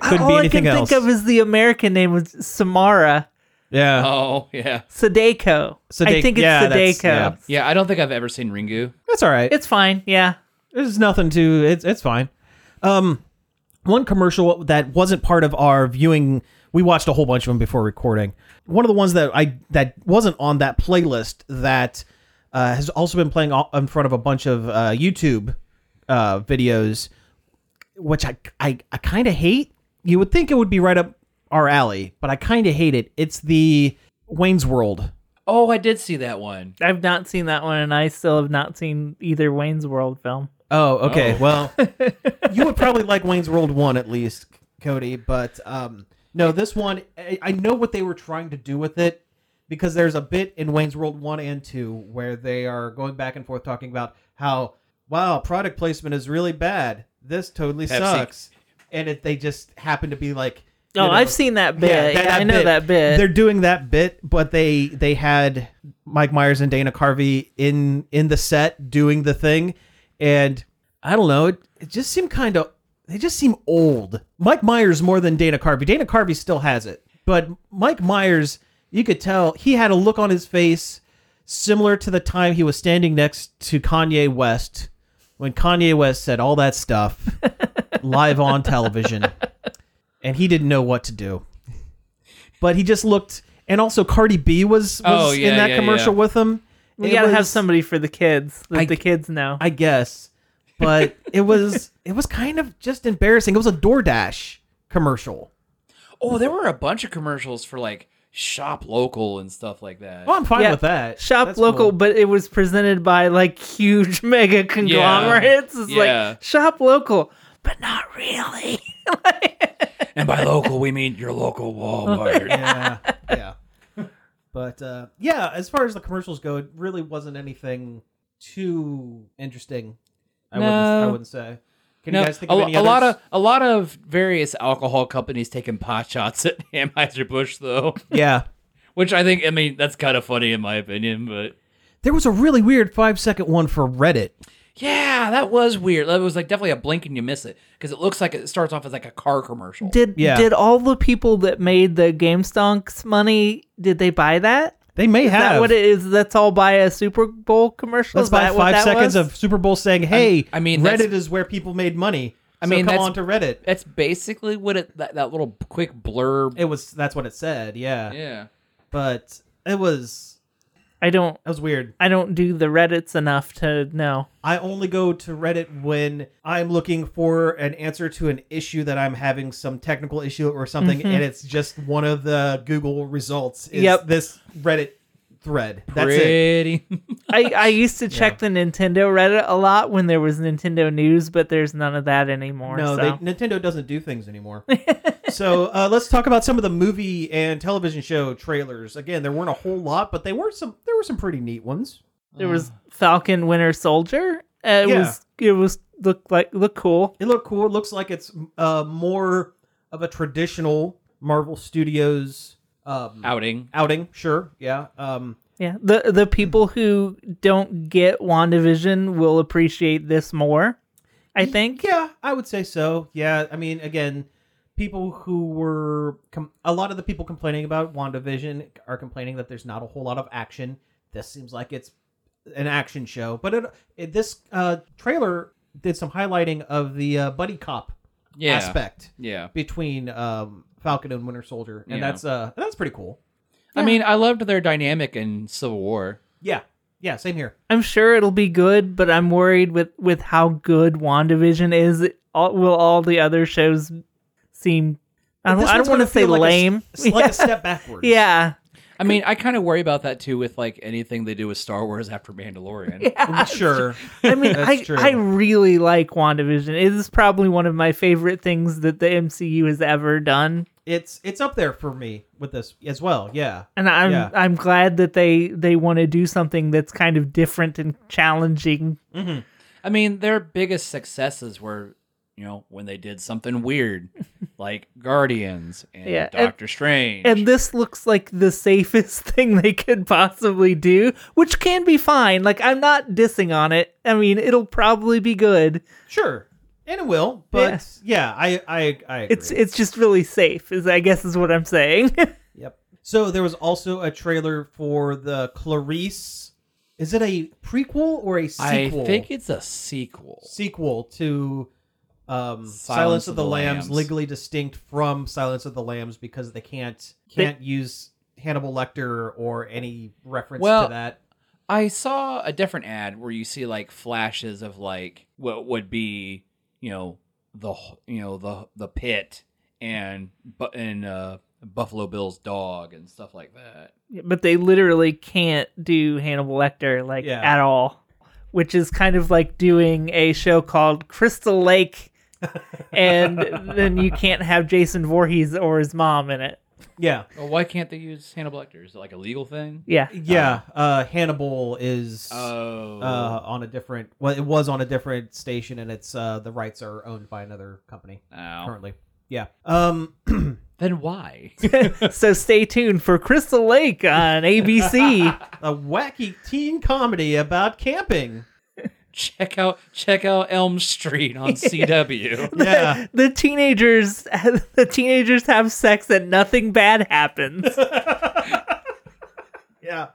Speaker 3: Couldn't
Speaker 2: all
Speaker 3: be anything
Speaker 2: I can
Speaker 3: else.
Speaker 2: think of is the American name was Samara
Speaker 3: yeah.
Speaker 4: oh yeah.
Speaker 2: Sadeko. I
Speaker 3: Sadek-
Speaker 2: think it's
Speaker 3: yeah, that's-
Speaker 2: Sadeko.
Speaker 3: yeah.
Speaker 4: Yeah, I don't think I've ever seen Ringu.
Speaker 3: That's all right.
Speaker 2: It's fine. Yeah.
Speaker 3: There's nothing to it's it's fine. Um one commercial that wasn't part of our viewing we watched a whole bunch of them before recording. One of the ones that I that wasn't on that playlist that uh, has also been playing all, in front of a bunch of uh, YouTube uh, videos, which I I, I kind of hate. You would think it would be right up our alley, but I kind of hate it. It's the Wayne's World.
Speaker 4: Oh, I did see that one.
Speaker 2: I've not seen that one, and I still have not seen either Wayne's World film.
Speaker 3: Oh, okay.
Speaker 4: Oh.
Speaker 3: Well, (laughs) you would probably like Wayne's World one at least, Cody. But um, no, this one I, I know what they were trying to do with it because there's a bit in Wayne's World one and two where they are going back and forth talking about how wow product placement is really bad. This totally
Speaker 4: Pepsi.
Speaker 3: sucks, and it, they just happen to be like. you
Speaker 2: Oh,
Speaker 3: know,
Speaker 2: I've seen that bit.
Speaker 3: yeah, that- that
Speaker 2: I know that bit.
Speaker 3: They're doing that bit, but they they had Mike Myers and Dana Carvey in in the set doing the thing, and I don't know. It, it just seemed kind of they just seem old. Mike Myers more than Dana Carvey. Dana Carvey still has it, but Mike Myers, you could tell he had a look on his face similar to the time he was standing next to Kanye West when Kanye West said all that stuff
Speaker 2: (laughs)
Speaker 3: live on television, and he didn't know what to do but he just looked. And also, Cardi B was, was
Speaker 4: Oh, yeah,
Speaker 3: in that
Speaker 4: yeah,
Speaker 3: commercial
Speaker 4: yeah.
Speaker 3: with him.
Speaker 2: we
Speaker 3: It
Speaker 2: gotta have
Speaker 3: was-
Speaker 2: somebody for the kids that
Speaker 3: I-
Speaker 2: the kids know.
Speaker 3: I guess, but it was it was kind of just embarrassing. It was a DoorDash commercial.
Speaker 4: Oh, there were a bunch of commercials for like shop local and stuff like that.
Speaker 3: Oh, I'm fine
Speaker 2: Yeah.
Speaker 3: with that.
Speaker 2: Shop
Speaker 3: That's
Speaker 2: local,
Speaker 3: cool.
Speaker 2: but it was presented by like huge (laughs) mega conglomerates. It's
Speaker 4: Yeah.
Speaker 2: like shop local, but not really. (laughs)
Speaker 4: And by local, we mean your local
Speaker 3: (laughs)
Speaker 4: Walmart.
Speaker 3: yeah, yeah. But uh, yeah, as far as the commercials go, it really wasn't anything too interesting. I wouldn't. I
Speaker 4: No.
Speaker 3: wouldn't say. Can
Speaker 4: No,
Speaker 3: you guys think
Speaker 4: a,
Speaker 3: of
Speaker 4: lo-
Speaker 3: any
Speaker 4: a lot
Speaker 3: others?
Speaker 4: of a lot of various alcohol companies taking pot shots at (laughs) Anheuser Busch though, (laughs)
Speaker 3: yeah.
Speaker 4: which I think I mean that's kind of funny in my opinion, but
Speaker 3: There was a really weird five second one for Reddit.
Speaker 4: yeah, that was weird. That was like definitely a blink and you miss it because it looks like it starts off as like a car commercial.
Speaker 2: Did
Speaker 3: Yeah.
Speaker 2: did all the people that made the Game Stonks money? Did they buy that?
Speaker 3: They may
Speaker 2: Is
Speaker 3: have
Speaker 2: that what it is? That's all by a Super Bowl commercial.
Speaker 3: Let's
Speaker 2: is
Speaker 3: buy
Speaker 2: that what
Speaker 3: five
Speaker 2: that
Speaker 3: seconds
Speaker 2: was?
Speaker 3: of Super Bowl saying, "Hey,
Speaker 4: I mean, that's-
Speaker 3: Reddit is where people made money." I
Speaker 4: mean,
Speaker 3: mean, come
Speaker 4: that's-
Speaker 3: on to Reddit.
Speaker 4: That's basically what it that, that little quick blurb.
Speaker 3: It was that's what it said, yeah.
Speaker 4: yeah.
Speaker 3: But it was
Speaker 2: I don't
Speaker 3: that was weird.
Speaker 2: I don't do the Reddits enough to know.
Speaker 3: I only go to Reddit when I'm looking for an answer to an issue that I'm having some technical issue or something, and it's just one of the Google results. Is
Speaker 2: Mm-hmm. Yep.
Speaker 3: this Reddit thread. That's it.
Speaker 4: Pretty. (laughs)
Speaker 2: I,
Speaker 3: (laughs)
Speaker 2: I used to check the Nintendo Reddit a lot when there was Nintendo news, but there's none of that anymore. so.
Speaker 3: No, they, Nintendo doesn't do things
Speaker 2: (laughs)
Speaker 3: anymore. so uh, let's talk about some of the movie and television show trailers. Again, there weren't a whole lot, but they were some. There were some pretty neat ones.
Speaker 2: There was Falcon Winter Soldier. Uh, it
Speaker 3: Yeah.
Speaker 2: was it was looked like looked cool.
Speaker 3: It looked cool. It looks like it's uh, more of a traditional Marvel Studios um,
Speaker 4: outing.
Speaker 3: outing. Sure, yeah. Um,
Speaker 2: Yeah. The the people who don't get WandaVision will appreciate this more, I think.
Speaker 3: Yeah, I would say so. Yeah, I mean, again, people who were com- a lot of the people complaining about WandaVision are complaining that there's not a whole lot of action. This seems like it's an action show, but it, it this uh, trailer did some highlighting of the uh, buddy cop
Speaker 4: Yeah.
Speaker 3: aspect
Speaker 4: Yeah.
Speaker 3: between um, Falcon and Winter Soldier, and
Speaker 4: Yeah.
Speaker 3: that's uh, that's pretty cool.
Speaker 4: I mean, I loved their dynamic in Civil War.
Speaker 3: Yeah, yeah, same here.
Speaker 2: I'm sure it'll be good, but I'm worried with with how good WandaVision is. It- All, will all the other shows seem? I don't,
Speaker 3: This
Speaker 2: I
Speaker 3: one's
Speaker 2: don't want to
Speaker 3: gonna
Speaker 2: say
Speaker 3: feel like a s-
Speaker 2: lame. (laughs)
Speaker 3: It's like a step backwards.
Speaker 2: yeah.
Speaker 4: I mean, I kind of worry about that too with like anything they do with Star Wars after
Speaker 3: (laughs)
Speaker 4: Mandalorian.
Speaker 2: (laughs)
Speaker 3: sure.
Speaker 2: I mean,
Speaker 3: That's
Speaker 2: I,
Speaker 3: true.
Speaker 2: I really like WandaVision. It is probably one of my favorite things that the MCU has ever done.
Speaker 3: It's it's up there for me with this as well. Yeah.
Speaker 2: And I'm
Speaker 3: Yeah.
Speaker 2: I'm glad that they they want to do something that's kind of different and challenging.
Speaker 4: I mean, their biggest successes were, you know, when they did something weird,
Speaker 2: (laughs)
Speaker 4: like Guardians and
Speaker 2: Yeah, and-
Speaker 4: Doctor Strange.
Speaker 2: And this looks like the safest (laughs) thing they could possibly do, which can be fine. Like I'm not dissing on it. I mean, it'll probably be good.
Speaker 3: Sure. And it will, but
Speaker 2: Yes.
Speaker 3: yeah, I I I agree.
Speaker 2: It's it's just really safe, is I guess is what I'm saying. (laughs)
Speaker 3: Yep. So there was also a trailer for the Clarice. Is it a prequel or a
Speaker 4: I
Speaker 3: sequel?
Speaker 4: think it's a sequel.
Speaker 3: sequel to um, Silence, of the, Lambs, legally distinct from Silence of the Lambs because they can't can't use Hannibal Lecter or any reference
Speaker 4: Well-
Speaker 3: to that.
Speaker 4: I saw a different ad where you see like flashes of like what would be, you know, the wh- you know the the pit and bu- and uh, Buffalo Bill's dog and stuff like that.
Speaker 2: but they literally can't do Hannibal Lecter like
Speaker 3: Yeah.
Speaker 2: at all, which is kind of like doing a show called Crystal Lake,
Speaker 3: (laughs)
Speaker 2: and then you can't have Jason Voorhees or his mom in it.
Speaker 3: Yeah,
Speaker 4: Well, why can't they use Hannibal Lecter? Is it like a legal thing?
Speaker 2: Yeah,
Speaker 3: yeah. Uh, Hannibal is
Speaker 4: Oh,
Speaker 3: uh, on a different. Well, it was on a different station, and it's uh, the rights are owned by another company
Speaker 2: Oh.
Speaker 4: Ow.
Speaker 3: currently. Yeah. Um.
Speaker 4: then why?
Speaker 2: so stay tuned for Crystal Lake on ABC.
Speaker 3: a wacky teen comedy about camping.
Speaker 4: check out check out Elm
Speaker 3: (laughs)
Speaker 4: Street on CW.
Speaker 3: (laughs) Yeah.
Speaker 2: the teenagers, (laughs) the teenagers have sex and nothing bad happens.
Speaker 3: yeah.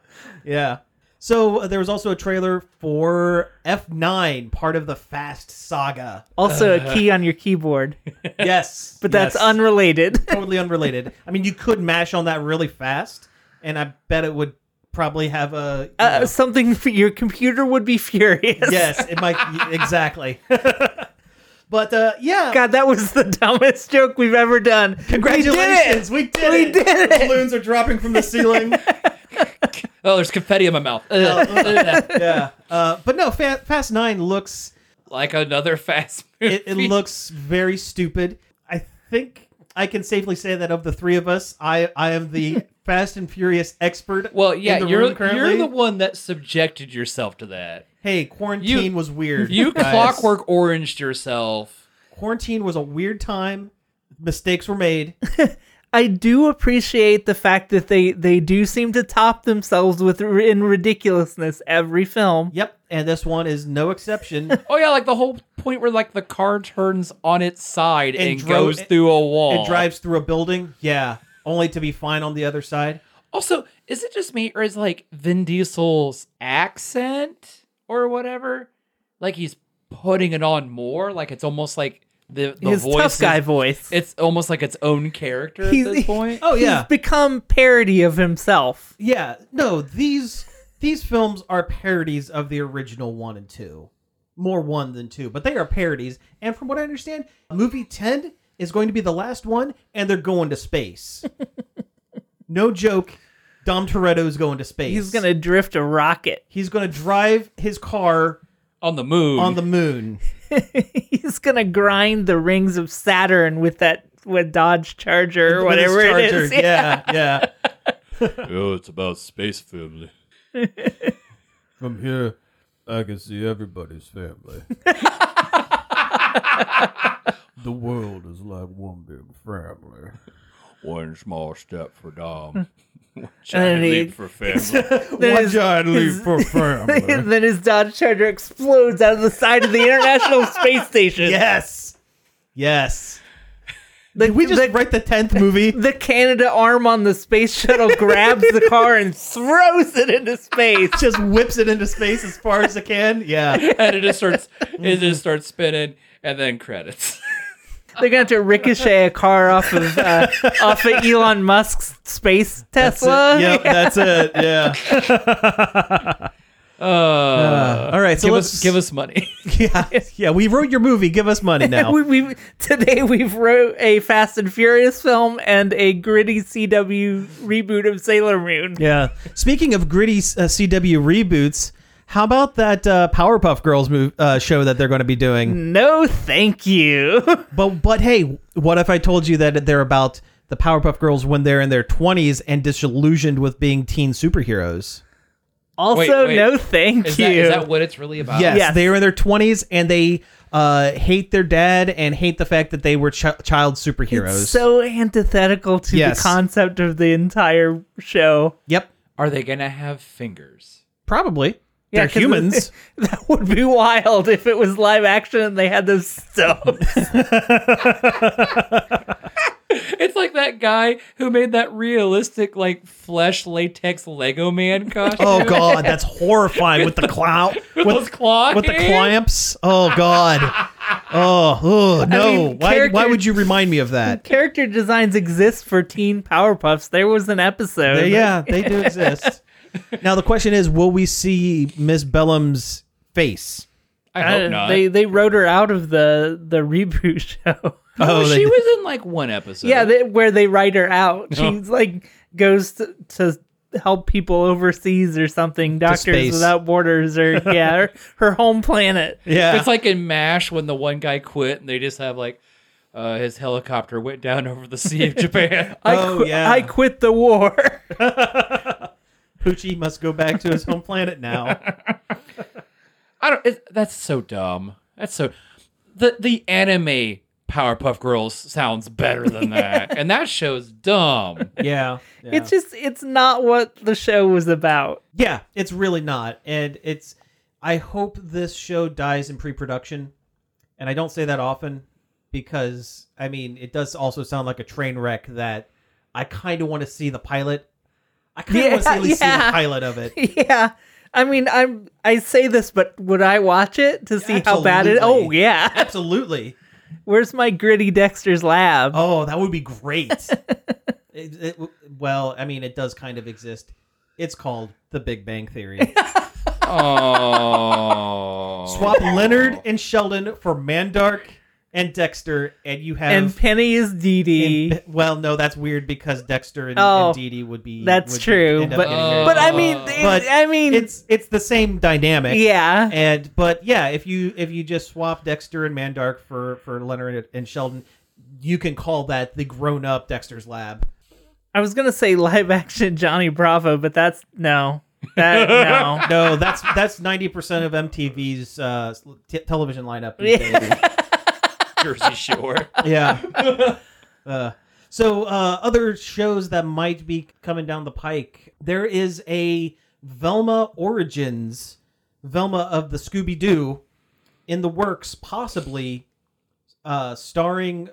Speaker 3: Yeah. So uh, there was also a trailer for F9, part of the Fast
Speaker 2: (laughs)
Speaker 3: Saga.
Speaker 2: Also, a key on your keyboard,
Speaker 3: Yes.
Speaker 2: but that's
Speaker 3: yes. (laughs)
Speaker 2: unrelated.
Speaker 3: totally unrelated. I mean, you could mash on that really fast, and I bet it would probably have a. you
Speaker 2: Uh, (laughs)
Speaker 3: know-
Speaker 2: something for your computer would be furious.
Speaker 3: yes, it might. exactly. (laughs) but uh, yeah.
Speaker 2: God, that was the (laughs) dumbest joke we've ever done.
Speaker 3: Congratulations! We did it!
Speaker 2: We did it!
Speaker 3: Balloons are dropping from the ceiling.
Speaker 2: (laughs)
Speaker 4: oh, there's confetti in my mouth. Ugh.
Speaker 3: yeah, uh, but no, Fa- Fast Nine looks
Speaker 4: (laughs) like another fast
Speaker 3: (laughs)
Speaker 4: movie.
Speaker 3: it,
Speaker 4: (laughs)
Speaker 3: it looks very stupid. I think I can safely say that of the three of us, I, I am
Speaker 4: (laughs)
Speaker 3: the Fast and Furious expert.
Speaker 4: well, yeah,
Speaker 3: in the
Speaker 4: you're
Speaker 3: room currently.
Speaker 4: you're the one that subjected yourself to that.
Speaker 3: Hey, quarantine
Speaker 4: you-
Speaker 3: was weird.
Speaker 4: You
Speaker 3: guys.
Speaker 4: clockwork oranged yourself.
Speaker 3: Quarantine was a weird time. Mistakes were made.
Speaker 2: I do appreciate the fact that they they do seem to top themselves with r- in ridiculousness every film.
Speaker 3: Yep, and this one is no
Speaker 4: (laughs)
Speaker 3: exception. It
Speaker 4: Oh yeah, like the whole point where like the car turns on its side and,
Speaker 3: And dro-
Speaker 4: goes through a wall.
Speaker 3: drives through a building. Yeah, only to be fine on the other side.
Speaker 4: Also, is it just me or is like Vin Diesel's accent or whatever? Like he's putting it on more. Like it's almost like the the
Speaker 2: His
Speaker 4: voice
Speaker 2: tough guy
Speaker 4: is-
Speaker 2: voice.
Speaker 4: It's almost like its own character at
Speaker 2: He's-
Speaker 4: this point.
Speaker 3: (laughs) Oh yeah,
Speaker 2: He's become parody of himself.
Speaker 3: Yeah, no, these these films are parodies of the original one and two. More one than two, but they are parodies. And from what I understand, movie 10 is going to be the last one, and they're going
Speaker 2: (laughs)
Speaker 3: to space. no joke, Dom Toretto is going to space.
Speaker 2: He's gonna drift a rocket. (laughs)
Speaker 3: He's gonna drive his car
Speaker 4: On the moon.
Speaker 3: on the moon.
Speaker 2: He's gonna grind the rings of Saturn with that with Dodge Charger or
Speaker 3: With his
Speaker 2: whatever it
Speaker 3: charger.
Speaker 2: is. (laughs)
Speaker 3: Yeah, yeah.
Speaker 7: Oh, it's about space family. (laughs) From here, I can see everybody's (laughs) family. the world is like one big family. One small step
Speaker 2: (laughs)
Speaker 7: for Dom.
Speaker 2: And he-
Speaker 7: for family.
Speaker 2: Then
Speaker 7: one
Speaker 2: his-
Speaker 7: giant leap
Speaker 2: his-
Speaker 7: for family.
Speaker 2: And then his Dodge Charger explodes out of the side of the International Space
Speaker 3: (laughs)
Speaker 2: Station.
Speaker 3: Yes. Yes.
Speaker 2: The-
Speaker 3: Did we just
Speaker 2: the-
Speaker 3: write the
Speaker 2: (laughs)
Speaker 3: 10th movie?
Speaker 2: the Canada arm on the space shuttle grabs the car and throws it into space.
Speaker 3: just whips it into space as far as it can. Yeah.
Speaker 4: (laughs) and it
Speaker 3: (laughs)
Speaker 4: just starts it just starts spinning and then credits. (laughs)
Speaker 2: They're gonna have to ricochet a car off of uh, off of Elon Musk's space Tesla. (laughs)
Speaker 3: Yep, that's it. Yeah.
Speaker 4: Uh,
Speaker 3: all right, so
Speaker 4: give
Speaker 3: Uh, let's
Speaker 2: Uh,
Speaker 4: us Uh, give us money.
Speaker 3: (laughs)
Speaker 4: (laughs)
Speaker 3: yeah,
Speaker 2: (laughs)
Speaker 3: yeah. We wrote your movie. Give us money now.
Speaker 2: we, we today we've wrote a Fast and Furious film and a gritty CW reboot of Sailor Moon.
Speaker 3: yeah. Speaking of gritty uh, CW reboots, how about that uh, Powerpuff Girls move, uh, show that they're going to be doing?
Speaker 2: No, thank you. (laughs)
Speaker 3: But but hey, what if I told you that they're about the Powerpuff Girls when they're in their twenties and disillusioned with being teen superheroes?
Speaker 2: also,
Speaker 4: wait.
Speaker 2: no, thank
Speaker 4: Is
Speaker 2: you.
Speaker 4: that, is that what it's really about?
Speaker 3: Yes,
Speaker 2: Uh, Yes.
Speaker 3: they are in their twenties and they uh, hate their dad and hate the fact that they were ch- child superheroes.
Speaker 2: It's so antithetical to
Speaker 3: Yes.
Speaker 2: the concept of the entire show.
Speaker 3: yep,
Speaker 4: Are they gonna have fingers? (laughs)
Speaker 3: probably
Speaker 2: Yeah,
Speaker 3: they're
Speaker 2: 'cause (laughs)
Speaker 3: humans.
Speaker 2: That would be wild if it was live action and they had those stubs.
Speaker 4: It's like that guy who made that realistic, like flesh latex Lego man (laughs) costume.
Speaker 3: oh god, that's horrifying with the
Speaker 4: (laughs)
Speaker 3: clout with,
Speaker 4: those claw
Speaker 3: with the
Speaker 4: hands?
Speaker 3: clamps. Oh god. Oh, oh no!
Speaker 2: mean,
Speaker 3: why, why
Speaker 2: character-
Speaker 3: would you remind me of
Speaker 2: (laughs)
Speaker 3: that?
Speaker 2: Character designs exist for Teen Powerpuffs. There was an episode.
Speaker 3: They- yeah, they do
Speaker 4: (laughs)
Speaker 3: exist. now the question is, will we see Miss Bellum's face?
Speaker 4: I
Speaker 2: I-
Speaker 4: hope not.
Speaker 2: Uh, They they wrote her out of the the reboot (laughs) show.
Speaker 4: oh,
Speaker 3: they
Speaker 4: she
Speaker 3: did.
Speaker 4: was in like one episode.
Speaker 2: yeah, they, where they write her
Speaker 4: (laughs)
Speaker 2: out. She's like goes to, to help people overseas or something. Doctors
Speaker 3: space.
Speaker 2: Without Borders (laughs) or yeah, her, her home planet.
Speaker 3: Yeah,
Speaker 4: It's like in MASH when the one guy quit and they just have like uh, his helicopter went down over the sea
Speaker 3: (laughs)
Speaker 4: of Japan.
Speaker 2: I,
Speaker 3: Oh,
Speaker 2: qui-
Speaker 3: yeah.
Speaker 2: I quit the war. (laughs)
Speaker 3: Poochie must go back to his home planet
Speaker 4: (laughs)
Speaker 3: now.
Speaker 4: I don't. It, that's so dumb. That's so. The the anime Powerpuff Girls sounds better (laughs) than that, and that show's dumb.
Speaker 3: yeah.
Speaker 2: It's just it's not what the show was about.
Speaker 3: Yeah, it's really not. And it's I hope this show dies in pre-production. And I don't say that often because I mean, it does also sound like a train wreck that I kind of want to see the pilot. I kind of want to
Speaker 2: Yeah,
Speaker 3: at least see
Speaker 2: yeah.
Speaker 3: the pilot
Speaker 2: (laughs)
Speaker 3: of it.
Speaker 2: yeah. I mean, I'm I say this, but would I watch it to see how bad it? Oh
Speaker 3: absolutely.
Speaker 2: yeah. (laughs)
Speaker 3: Absolutely.
Speaker 2: Where's my gritty Dexter's lab?
Speaker 3: Oh, that would be great. it, it, well, I mean, it does kind of exist. It's called The Big
Speaker 2: (laughs)
Speaker 3: Bang Theory.
Speaker 4: Oh,
Speaker 3: Swap Leonard and Sheldon for Mandark and Dexter, and you have
Speaker 2: and Penny is Dee Dee.
Speaker 3: And- well, no, that's weird because Dexter and,
Speaker 2: Oh,
Speaker 3: and Dee Dee would be.
Speaker 2: that's
Speaker 3: would
Speaker 2: true,
Speaker 3: end up
Speaker 2: but-
Speaker 3: getting married.
Speaker 2: But I mean,
Speaker 4: Uh,
Speaker 2: it-
Speaker 3: But
Speaker 2: I mean,
Speaker 3: it's it's the same dynamic.
Speaker 2: yeah.
Speaker 3: And but yeah, if you if you just swap Dexter and Mandark for for Leonard and Sheldon, you can call that the grown up Dexter's Lab.
Speaker 2: I was gonna say live action Johnny Bravo, but that's no,
Speaker 3: (laughs)
Speaker 2: that no.
Speaker 3: No, that's that's ninety percent of MTV's uh, t- television lineup. these days.
Speaker 4: (laughs) Jersey Shore.
Speaker 3: yeah.
Speaker 4: (laughs)
Speaker 3: Uh, so uh, other shows that might be coming down the pike. There is a Velma Origins, Velma of the Scooby Doo, in the works, possibly uh, starring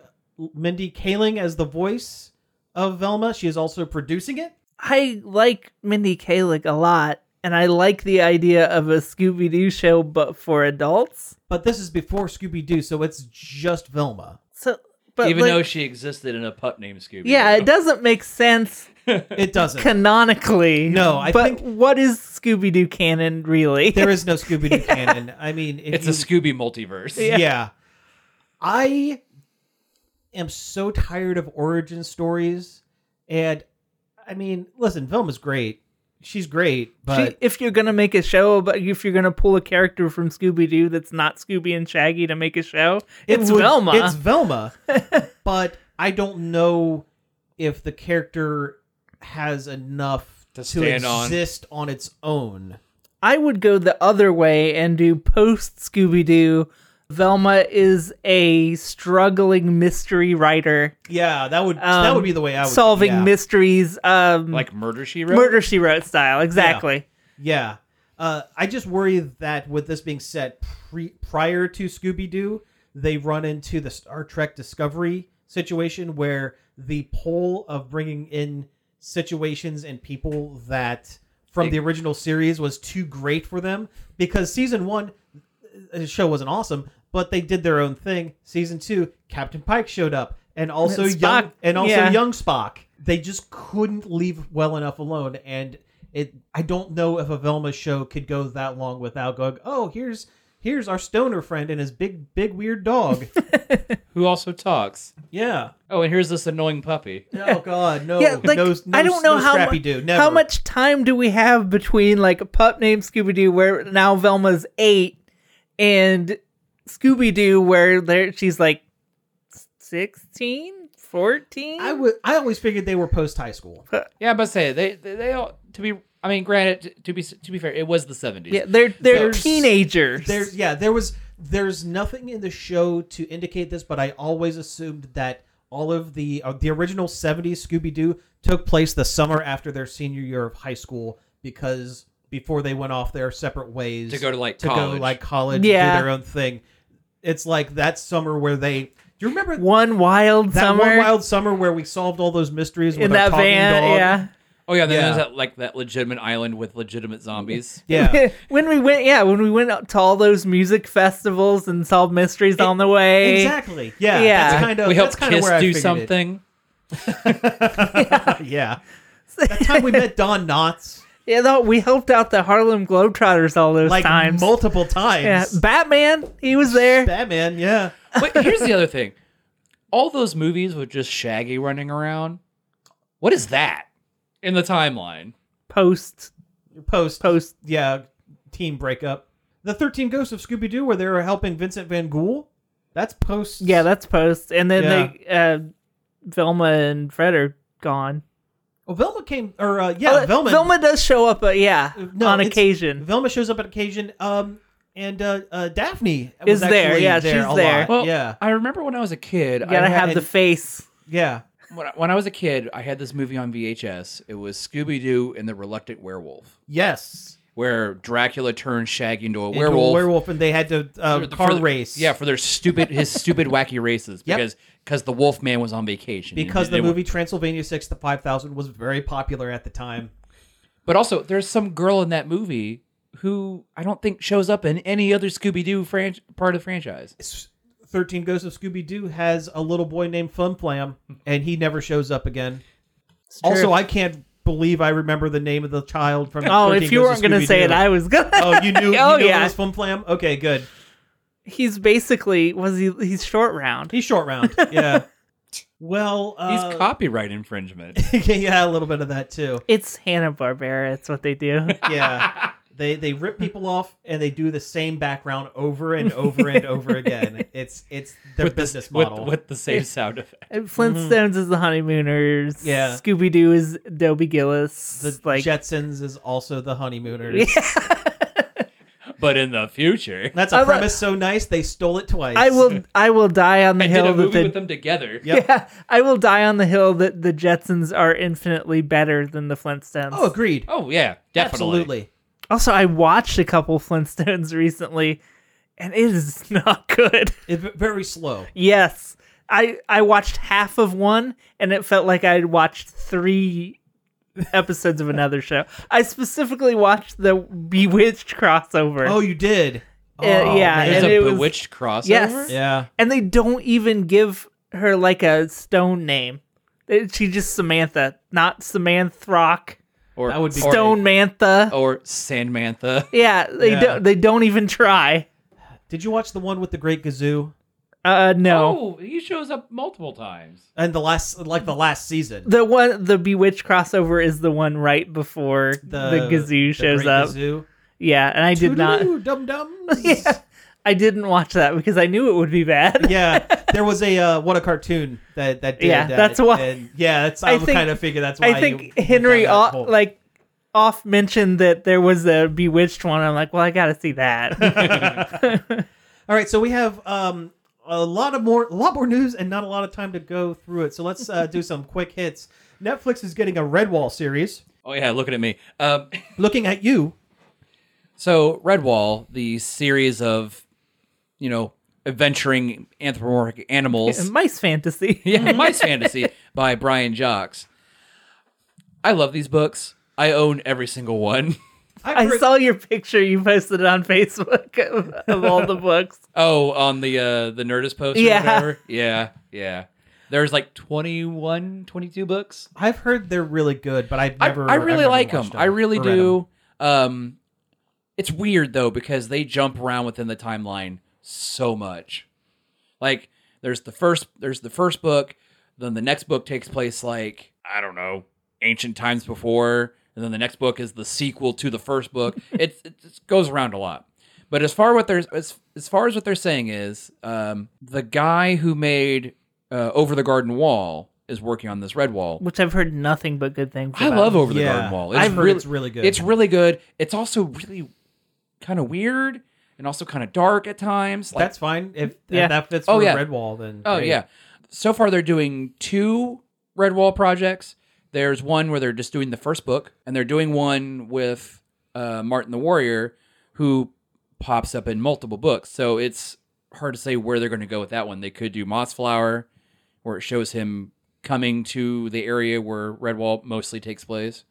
Speaker 3: Mindy Kaling as the voice of Velma. She is also producing it.
Speaker 2: I like Mindy Kaling a lot, and I like the idea of a Scooby Doo show, but for adults.
Speaker 3: But this is before Scooby Doo, so it's just Velma.
Speaker 2: So, but
Speaker 4: Even
Speaker 2: like-
Speaker 4: though she existed in a pup named Scooby.
Speaker 2: yeah,
Speaker 3: (laughs)
Speaker 2: it doesn't make sense
Speaker 3: It doesn't.
Speaker 4: (laughs)
Speaker 2: canonically.
Speaker 3: No, I
Speaker 2: but
Speaker 3: think-
Speaker 2: what is Scooby Doo canon really?
Speaker 3: there is no Scooby Doo canon. I mean, if
Speaker 4: it's
Speaker 3: you-
Speaker 4: a Scooby multiverse. (laughs)
Speaker 3: yeah. I am so tired of origin stories. And I mean, listen, Velma's great. She's
Speaker 2: (laughs)
Speaker 3: great,
Speaker 2: She-
Speaker 3: but
Speaker 2: if you're gonna make a show about if you're gonna pull a character from Scooby Doo that's not Scooby and Shaggy to make a show,
Speaker 3: it
Speaker 2: it's
Speaker 3: would-
Speaker 2: Velma.
Speaker 3: It's Velma. but I don't know if the character has enough
Speaker 4: To
Speaker 3: to,
Speaker 4: stand on.
Speaker 3: exist on. its own.
Speaker 2: I would go the other way and do post Scooby Doo. Velma is a struggling mystery writer,
Speaker 3: Yeah, that would that
Speaker 2: um,
Speaker 3: would be the way I would
Speaker 2: solving
Speaker 3: yeah.
Speaker 2: mysteries, um,
Speaker 4: Like Murder She Wrote.
Speaker 2: Murder She Wrote style. Exactly.
Speaker 3: Yeah. Uh, I just worry that with this being set pre- prior to Scooby Doo, they run into the Star Trek Discovery situation where the pull of bringing in situations and people that from the original series was too great for them because season one, uh, the show wasn't awesome, but they did their own thing. Season two, Captain Pike showed up, and also
Speaker 2: And Spock,
Speaker 3: young and also
Speaker 2: yeah.
Speaker 3: young Spock. They just couldn't leave well enough alone, and it. I don't know if a Velma show could go that long without going. Oh, here's here's our stoner friend and his big, big weird
Speaker 2: (laughs)
Speaker 3: dog.
Speaker 4: Who also talks.
Speaker 3: yeah.
Speaker 4: Oh, and here's this annoying puppy.
Speaker 3: Oh God, no.
Speaker 2: Yeah, like
Speaker 3: no, no,
Speaker 2: I don't know
Speaker 3: no
Speaker 2: how
Speaker 3: Scrappy
Speaker 2: mu-
Speaker 3: Doo, never.
Speaker 2: how much time do we have between like pup named Scooby Doo, where now Velma's eight, and Scooby Doo, where there she's like 16, 14?
Speaker 3: I would. I always figured they were post high school.
Speaker 4: Yeah, but say they, they they all to be. I mean, granted, to be to be fair, it was the seventies.
Speaker 2: yeah, they're they're
Speaker 3: There's-
Speaker 2: teenagers.
Speaker 3: There's yeah, there was there's nothing in the show to indicate this, but I always assumed that all of the uh, the original 70s Scooby Doo took place the summer after their senior year of high school because before they went off their separate ways
Speaker 4: To go to, like,
Speaker 3: to
Speaker 4: college.
Speaker 3: go like college
Speaker 2: Yeah.
Speaker 3: do their own thing. It's like that summer where they do you remember
Speaker 2: one wild
Speaker 3: that
Speaker 2: summer
Speaker 3: one wild summer where we solved all those mysteries with
Speaker 2: in
Speaker 3: our
Speaker 2: that
Speaker 3: talking
Speaker 2: van.
Speaker 3: dog?
Speaker 2: Yeah.
Speaker 4: Oh yeah, then
Speaker 3: Yeah.
Speaker 4: there's that like that legitimate island with legitimate zombies.
Speaker 3: Yeah.
Speaker 2: (laughs) when we went, yeah, when we went out to all those music festivals and solved mysteries
Speaker 3: E,
Speaker 2: on the way.
Speaker 3: Exactly. Yeah.
Speaker 2: Yeah.
Speaker 3: That's kind of
Speaker 4: we
Speaker 3: that's
Speaker 4: helped
Speaker 3: kind of
Speaker 4: Kiss
Speaker 3: where I
Speaker 4: do
Speaker 3: figured it.
Speaker 4: something.
Speaker 3: Yeah. (laughs) That time we met Don Knotts
Speaker 2: Yeah, though we helped out the Harlem Globetrotters all those
Speaker 3: like
Speaker 2: times.
Speaker 3: multiple times.
Speaker 2: yeah, Batman, he was there.
Speaker 3: Batman, yeah.
Speaker 4: But here's the other thing: all those movies with just Shaggy running around. What is that in the timeline?
Speaker 2: post
Speaker 3: Post,
Speaker 2: post
Speaker 3: yeah, team breakup. The 13 Ghosts of Scooby Doo, where they were helping Vincent Van Ghoul. That's post.
Speaker 2: yeah that's post and then
Speaker 3: Yeah.
Speaker 2: they uh velma and fred are gone
Speaker 3: Oh, Velma came, or uh, yeah,
Speaker 2: Uh,
Speaker 3: Velma. Uh,
Speaker 2: velma does show up but yeah
Speaker 3: no,
Speaker 2: on
Speaker 3: it's-
Speaker 2: occasion
Speaker 3: Velma shows up on occasion. Um, and uh, uh Daphne
Speaker 2: Is
Speaker 3: was
Speaker 2: there,
Speaker 3: actually
Speaker 2: yeah,
Speaker 3: there
Speaker 2: she's
Speaker 3: a
Speaker 2: there.
Speaker 3: lot.
Speaker 4: Well,
Speaker 3: yeah,
Speaker 4: I remember when I was a kid.
Speaker 2: you gotta
Speaker 4: I had,
Speaker 2: have the face
Speaker 3: yeah.
Speaker 4: when, I, when I was a kid, I had this movie on VHS. It was Scooby Doo and the Reluctant Werewolf,
Speaker 3: Yes,
Speaker 4: where Dracula turns Shaggy into a
Speaker 3: Into a
Speaker 4: werewolf.
Speaker 3: werewolf, and they had to uh,
Speaker 4: for the-
Speaker 3: car
Speaker 4: for the-
Speaker 3: race.
Speaker 4: Yeah, for their stupid his
Speaker 3: (laughs)
Speaker 4: stupid wacky races
Speaker 3: Yep.
Speaker 4: because because the Wolfman was on vacation.
Speaker 3: because
Speaker 4: They-
Speaker 3: the
Speaker 4: they-
Speaker 3: movie Transylvania Six to Five Thousand was very popular at the time.
Speaker 4: But also, there's some girl in that movie who I don't think shows up in any other Scooby Doo fran- part of the franchise.
Speaker 3: 13 Ghosts of Scooby Doo has a little boy named Flim
Speaker 4: (laughs)
Speaker 3: Flam, and he never shows up again. Also, I can't believe I remember the name of the child from.
Speaker 2: oh
Speaker 3: 13
Speaker 2: if you
Speaker 3: Ghosts
Speaker 2: weren't
Speaker 3: of
Speaker 2: gonna say it
Speaker 3: Scooby-Doo.
Speaker 2: i was gonna
Speaker 3: (laughs) Oh, you knew.
Speaker 2: Oh,
Speaker 3: you knew
Speaker 2: yeah.
Speaker 3: it was Flim Flam. Okay, good.
Speaker 2: (laughs) he's basically was he he's short round
Speaker 3: He's short round.
Speaker 2: (laughs)
Speaker 3: Yeah. well, uh,
Speaker 4: He's copyright infringement.
Speaker 3: (laughs) yeah, a little bit of that too.
Speaker 2: it's hanna-barbera it's what they
Speaker 3: (laughs)
Speaker 2: do (laughs)
Speaker 3: Yeah. They, they rip people off and they do the same background over and over and
Speaker 2: (laughs)
Speaker 3: over again. It's it's their
Speaker 4: with
Speaker 3: business
Speaker 4: this,
Speaker 3: model.
Speaker 4: (laughs) With, with the same sound effect.
Speaker 2: And Uh, flintstones is the honeymooners
Speaker 3: Yeah.
Speaker 2: scooby-doo is dobie gillis
Speaker 3: the
Speaker 2: like
Speaker 3: Jetsons is also the honeymooners.
Speaker 4: But in the future,
Speaker 3: That's a
Speaker 2: I love-
Speaker 3: premise so nice they stole it twice.
Speaker 2: I will I will die
Speaker 3: (laughs)
Speaker 2: on the
Speaker 4: (laughs) I did
Speaker 2: hill
Speaker 4: a
Speaker 2: that
Speaker 4: movie
Speaker 2: the,
Speaker 4: with them together.
Speaker 3: Yep.
Speaker 2: yeah, (laughs) I will die on the hill that the Jetsons are infinitely better than the Flintstones.
Speaker 3: Oh, agreed.
Speaker 4: Oh yeah, definitely.
Speaker 3: Absolutely.
Speaker 2: Also, I watched a couple (laughs) Flintstones recently, and it is (laughs) not good.
Speaker 3: It, very slow.
Speaker 2: yes, I I watched half of one, and it felt like I had watched three episodes of another show. I specifically watched the Bewitched crossover.
Speaker 3: Oh, you did.
Speaker 2: Uh, yeah,
Speaker 3: man.
Speaker 4: There's
Speaker 2: and
Speaker 4: a
Speaker 2: it was-
Speaker 4: bewitched crossover.
Speaker 2: Yes.
Speaker 3: Yeah.
Speaker 2: and they don't even give her like a stone name. They- She just Samantha, not Samanthrock,
Speaker 4: Or
Speaker 3: That would be
Speaker 4: or- Oh.
Speaker 2: Stone Mantha.
Speaker 3: (laughs)
Speaker 4: or Sandmantha.
Speaker 2: Yeah, they
Speaker 3: Yeah.
Speaker 2: don't. They don't even try.
Speaker 3: Did you watch the one with the Great Gazoo
Speaker 2: Uh, no.
Speaker 4: Oh, he shows up multiple times.
Speaker 3: and the last, like the last season?
Speaker 2: The one, the Bewitched crossover is the one right before the, Gazoo
Speaker 3: the
Speaker 2: shows
Speaker 3: Great
Speaker 2: up.
Speaker 3: Gazoo.
Speaker 2: Yeah, and I did not.
Speaker 3: Dum dum.
Speaker 2: (laughs) Yeah, I didn't watch that because I knew it would be bad.
Speaker 3: Yeah, there was a uh, what a cartoon that that did
Speaker 2: Yeah,
Speaker 3: that.
Speaker 2: that's why-
Speaker 3: And yeah, that's
Speaker 2: I
Speaker 3: I,
Speaker 2: think-
Speaker 3: kind of figure that's why.
Speaker 2: (laughs) I
Speaker 3: you
Speaker 2: think
Speaker 3: went
Speaker 2: Henry
Speaker 3: down that
Speaker 2: off,
Speaker 3: hole.
Speaker 2: like off mentioned that there was a Bewitched one. I'm like, well, I gotta see
Speaker 3: (laughs)
Speaker 2: that.
Speaker 3: All right, so we have um a lot of more a lot more news and not a lot of time to go through it. So let's uh, do some quick hits. Netflix is getting a Redwall series.
Speaker 4: Oh yeah, looking at me. Um,
Speaker 3: Looking at you,
Speaker 4: so Redwall, the series of, you know, adventuring anthropomorphic animals.
Speaker 2: Mice fantasy. (laughs)
Speaker 4: yeah, Mice Fantasy by Brian Jocks. I love these books. I own every single one. (laughs)
Speaker 2: I saw your picture you posted on Facebook of, of all the books.
Speaker 4: Oh, on the uh the Nerdist post or
Speaker 2: Yeah.
Speaker 4: whatever. Yeah, yeah. There's like 21, 22 books.
Speaker 3: I've heard they're really good, but I've
Speaker 4: I,
Speaker 3: never.
Speaker 4: I
Speaker 3: I've
Speaker 4: really
Speaker 3: never
Speaker 4: like
Speaker 3: watched
Speaker 4: them. I really
Speaker 3: or read 'em.
Speaker 4: do. Um, It's weird though because they jump around within the timeline so much. Like there's the first there's the first book, then the next book takes place like I don't know, ancient times before, and then the next book is the sequel to the first book. it, it just goes around a lot. But as far what they're as, as far as what they're saying is, um, the guy who made uh, Over the Garden Wall is working on this Red Wall.
Speaker 2: which I've heard nothing but good things.
Speaker 4: I
Speaker 2: about.
Speaker 4: love Over the
Speaker 3: Yeah.
Speaker 4: Garden Wall.
Speaker 3: I've heard it's really good.
Speaker 4: It's really good. It's also really kind of weird and also kind of dark at times. Like,
Speaker 3: That's fine. If,
Speaker 2: Yeah.
Speaker 3: if that fits
Speaker 4: Oh,
Speaker 3: for
Speaker 4: yeah.
Speaker 3: Redwall, then
Speaker 4: oh
Speaker 3: great.
Speaker 4: yeah. So far, they're doing two Red Wall projects. There's one where they're just doing the first book, and they're doing one with uh, Martin the Warrior, who pops up in multiple books. So it's hard to say where they're going to go with that one. They could do Mossflower, where it shows him coming to the area where Redwall mostly takes place,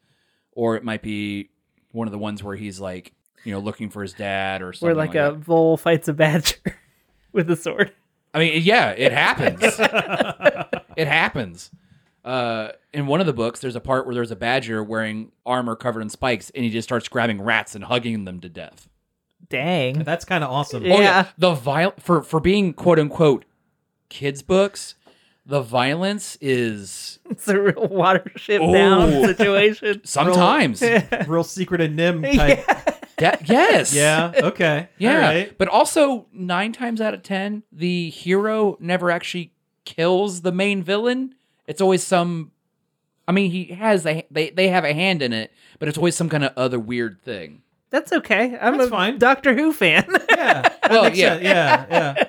Speaker 4: or it might be one of the ones where he's like, you know, looking for his dad or something.
Speaker 2: Where like a
Speaker 4: that.
Speaker 2: vole fights a badger (laughs) with a sword.
Speaker 4: I mean, yeah, it happens. it happens. Uh, in one of the books, there's a part where there's a badger wearing armor covered in spikes, and he just starts grabbing rats and hugging them to death.
Speaker 2: Dang.
Speaker 3: That's kind of awesome.
Speaker 2: Yeah.
Speaker 4: Oh, the viol for for being quote unquote kids books, the violence is
Speaker 2: (laughs) It's a real watership down (laughs)
Speaker 4: Ooh.
Speaker 2: situation.
Speaker 4: sometimes
Speaker 3: (laughs) Real secret and
Speaker 4: (laughs)
Speaker 3: nim type.
Speaker 4: De- yes,
Speaker 3: Yeah. Okay.
Speaker 4: yeah.
Speaker 3: All right.
Speaker 4: But also, nine times out of ten, the hero never actually kills the main villain. It's always some. I mean, he has a, they they have a hand in it, but it's always some kind of other weird thing.
Speaker 2: That's okay. I'm
Speaker 3: That's
Speaker 2: a
Speaker 3: fine.
Speaker 2: Doctor Who fan. (laughs)
Speaker 3: Yeah. (laughs) That
Speaker 4: Well,
Speaker 3: makes
Speaker 4: yeah.
Speaker 3: sense. Yeah. Yeah.
Speaker 4: (laughs)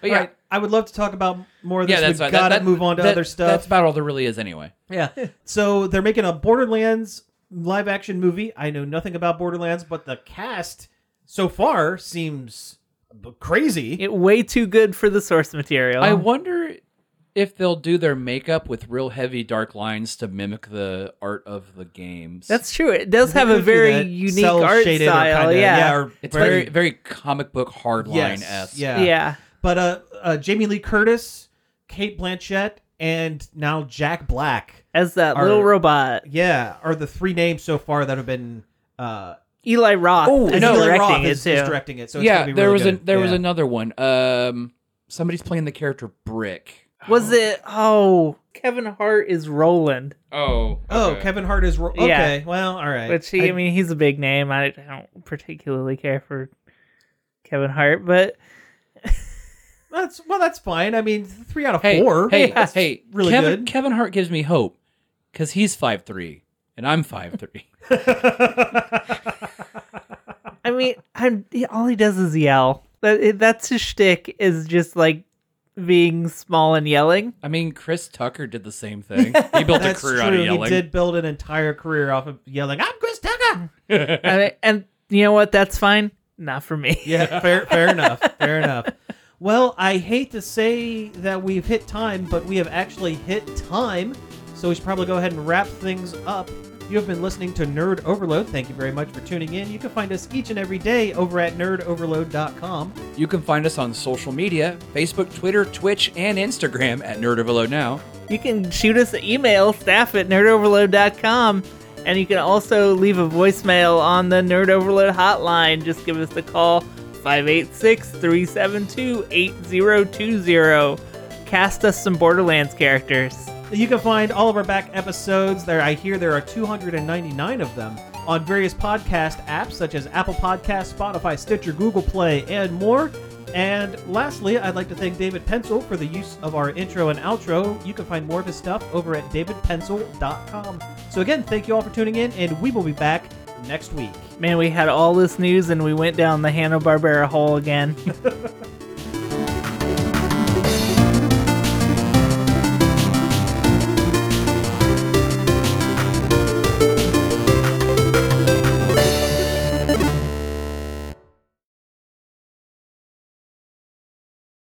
Speaker 4: But yeah,
Speaker 3: All right. I would love to talk about more of this.
Speaker 4: yeah, that's
Speaker 3: We've
Speaker 4: right.
Speaker 3: got
Speaker 4: That-
Speaker 3: to
Speaker 4: that-
Speaker 3: move on to
Speaker 4: that-
Speaker 3: other
Speaker 4: That's
Speaker 3: stuff.
Speaker 4: about all there really is, anyway. (laughs)
Speaker 3: yeah. So they're making a Borderlands live action movie. I know nothing about Borderlands, but the cast so far seems b- crazy.
Speaker 2: it way too good for the source material.
Speaker 3: Uh-huh.
Speaker 4: I wonder if they'll do their makeup with real heavy dark lines to mimic the art of the games.
Speaker 2: That's true. It does have
Speaker 3: They
Speaker 2: a
Speaker 3: could do
Speaker 2: very
Speaker 3: that
Speaker 2: unique
Speaker 3: cell
Speaker 2: art
Speaker 3: shaded or
Speaker 2: style.
Speaker 3: kinda-
Speaker 2: yeah.
Speaker 3: or
Speaker 4: it's very very comic book hardline
Speaker 3: yes,
Speaker 4: esque.
Speaker 3: yeah.
Speaker 2: yeah.
Speaker 3: But uh, uh, Jamie Lee Curtis, Kate Blanchett, and now Jack Black.
Speaker 2: As that
Speaker 3: Are-
Speaker 2: little robot.
Speaker 3: Yeah, are the three names so far that have been. Uh,
Speaker 2: Eli Roth
Speaker 4: Oh,
Speaker 2: is
Speaker 4: no,
Speaker 3: Eli
Speaker 2: directing
Speaker 3: Roth
Speaker 2: it
Speaker 3: is,
Speaker 2: too.
Speaker 3: is directing it. So it's
Speaker 4: yeah,
Speaker 3: gonna be
Speaker 4: there
Speaker 3: really
Speaker 4: was a
Speaker 3: good.
Speaker 4: there was
Speaker 3: Yeah.
Speaker 4: another one. Um, somebody's playing the character Brick.
Speaker 2: Was it oh Kevin Hart is Roland.
Speaker 4: Oh,
Speaker 3: Oh, Kevin Hart is ro- okay.
Speaker 2: Yeah.
Speaker 3: Well, all right.
Speaker 2: Which he, I,
Speaker 3: I-
Speaker 2: mean, he's a big name. I don't particularly care for Kevin Hart, but
Speaker 3: that's well, that's fine. I mean, three out of
Speaker 4: Hey,
Speaker 3: four.
Speaker 4: hey,
Speaker 3: That's
Speaker 4: hey,
Speaker 3: really
Speaker 4: Kevin,
Speaker 3: good.
Speaker 4: Kevin Hart gives me hope because he's five three and I'm five three. (laughs)
Speaker 2: I (laughs) mean, I'm he- all he does is yell. That that's his shtick is just like being small and yelling.
Speaker 4: I mean, Chris Tucker did the same thing. He built
Speaker 3: (laughs)
Speaker 4: a
Speaker 3: That's
Speaker 4: career
Speaker 3: true.
Speaker 4: out of
Speaker 3: He
Speaker 4: yelling.
Speaker 3: did build an entire career off of yelling. I'm Chris Tucker.
Speaker 2: (laughs) I mean, and you know what? That's fine. Not for me.
Speaker 3: (laughs) Yeah, fair, fair enough. Fair enough. Well, I hate to say that we've hit time, but we have actually hit time. So we should probably go ahead and wrap things up. You have been listening to Nerd Overload. Thank you very much for tuning in. You can find us each and every day over at nerdoverload.com.
Speaker 4: You can find us on social media: Facebook, Twitter, Twitch, and Instagram at Nerd Overload Now.
Speaker 2: You can shoot us an email, staff at nerdoverload.com. And you can also leave a voicemail on the Nerd Overload hotline. Just give us the call 586 372 8020. Cast us some Borderlands characters.
Speaker 3: You can find all of our back episodes. There, I hear there are 299 of them on various podcast apps such as Apple Podcasts, Spotify, Stitcher, Google Play, and more. And lastly, I'd like to thank David Pencil for the use of our intro and outro. You can find more of his stuff over at davidpencil.com. So again, thank you all for tuning in, and we will be back next week.
Speaker 2: Man, we had all this news and we went down the Hanna Barbera hole again.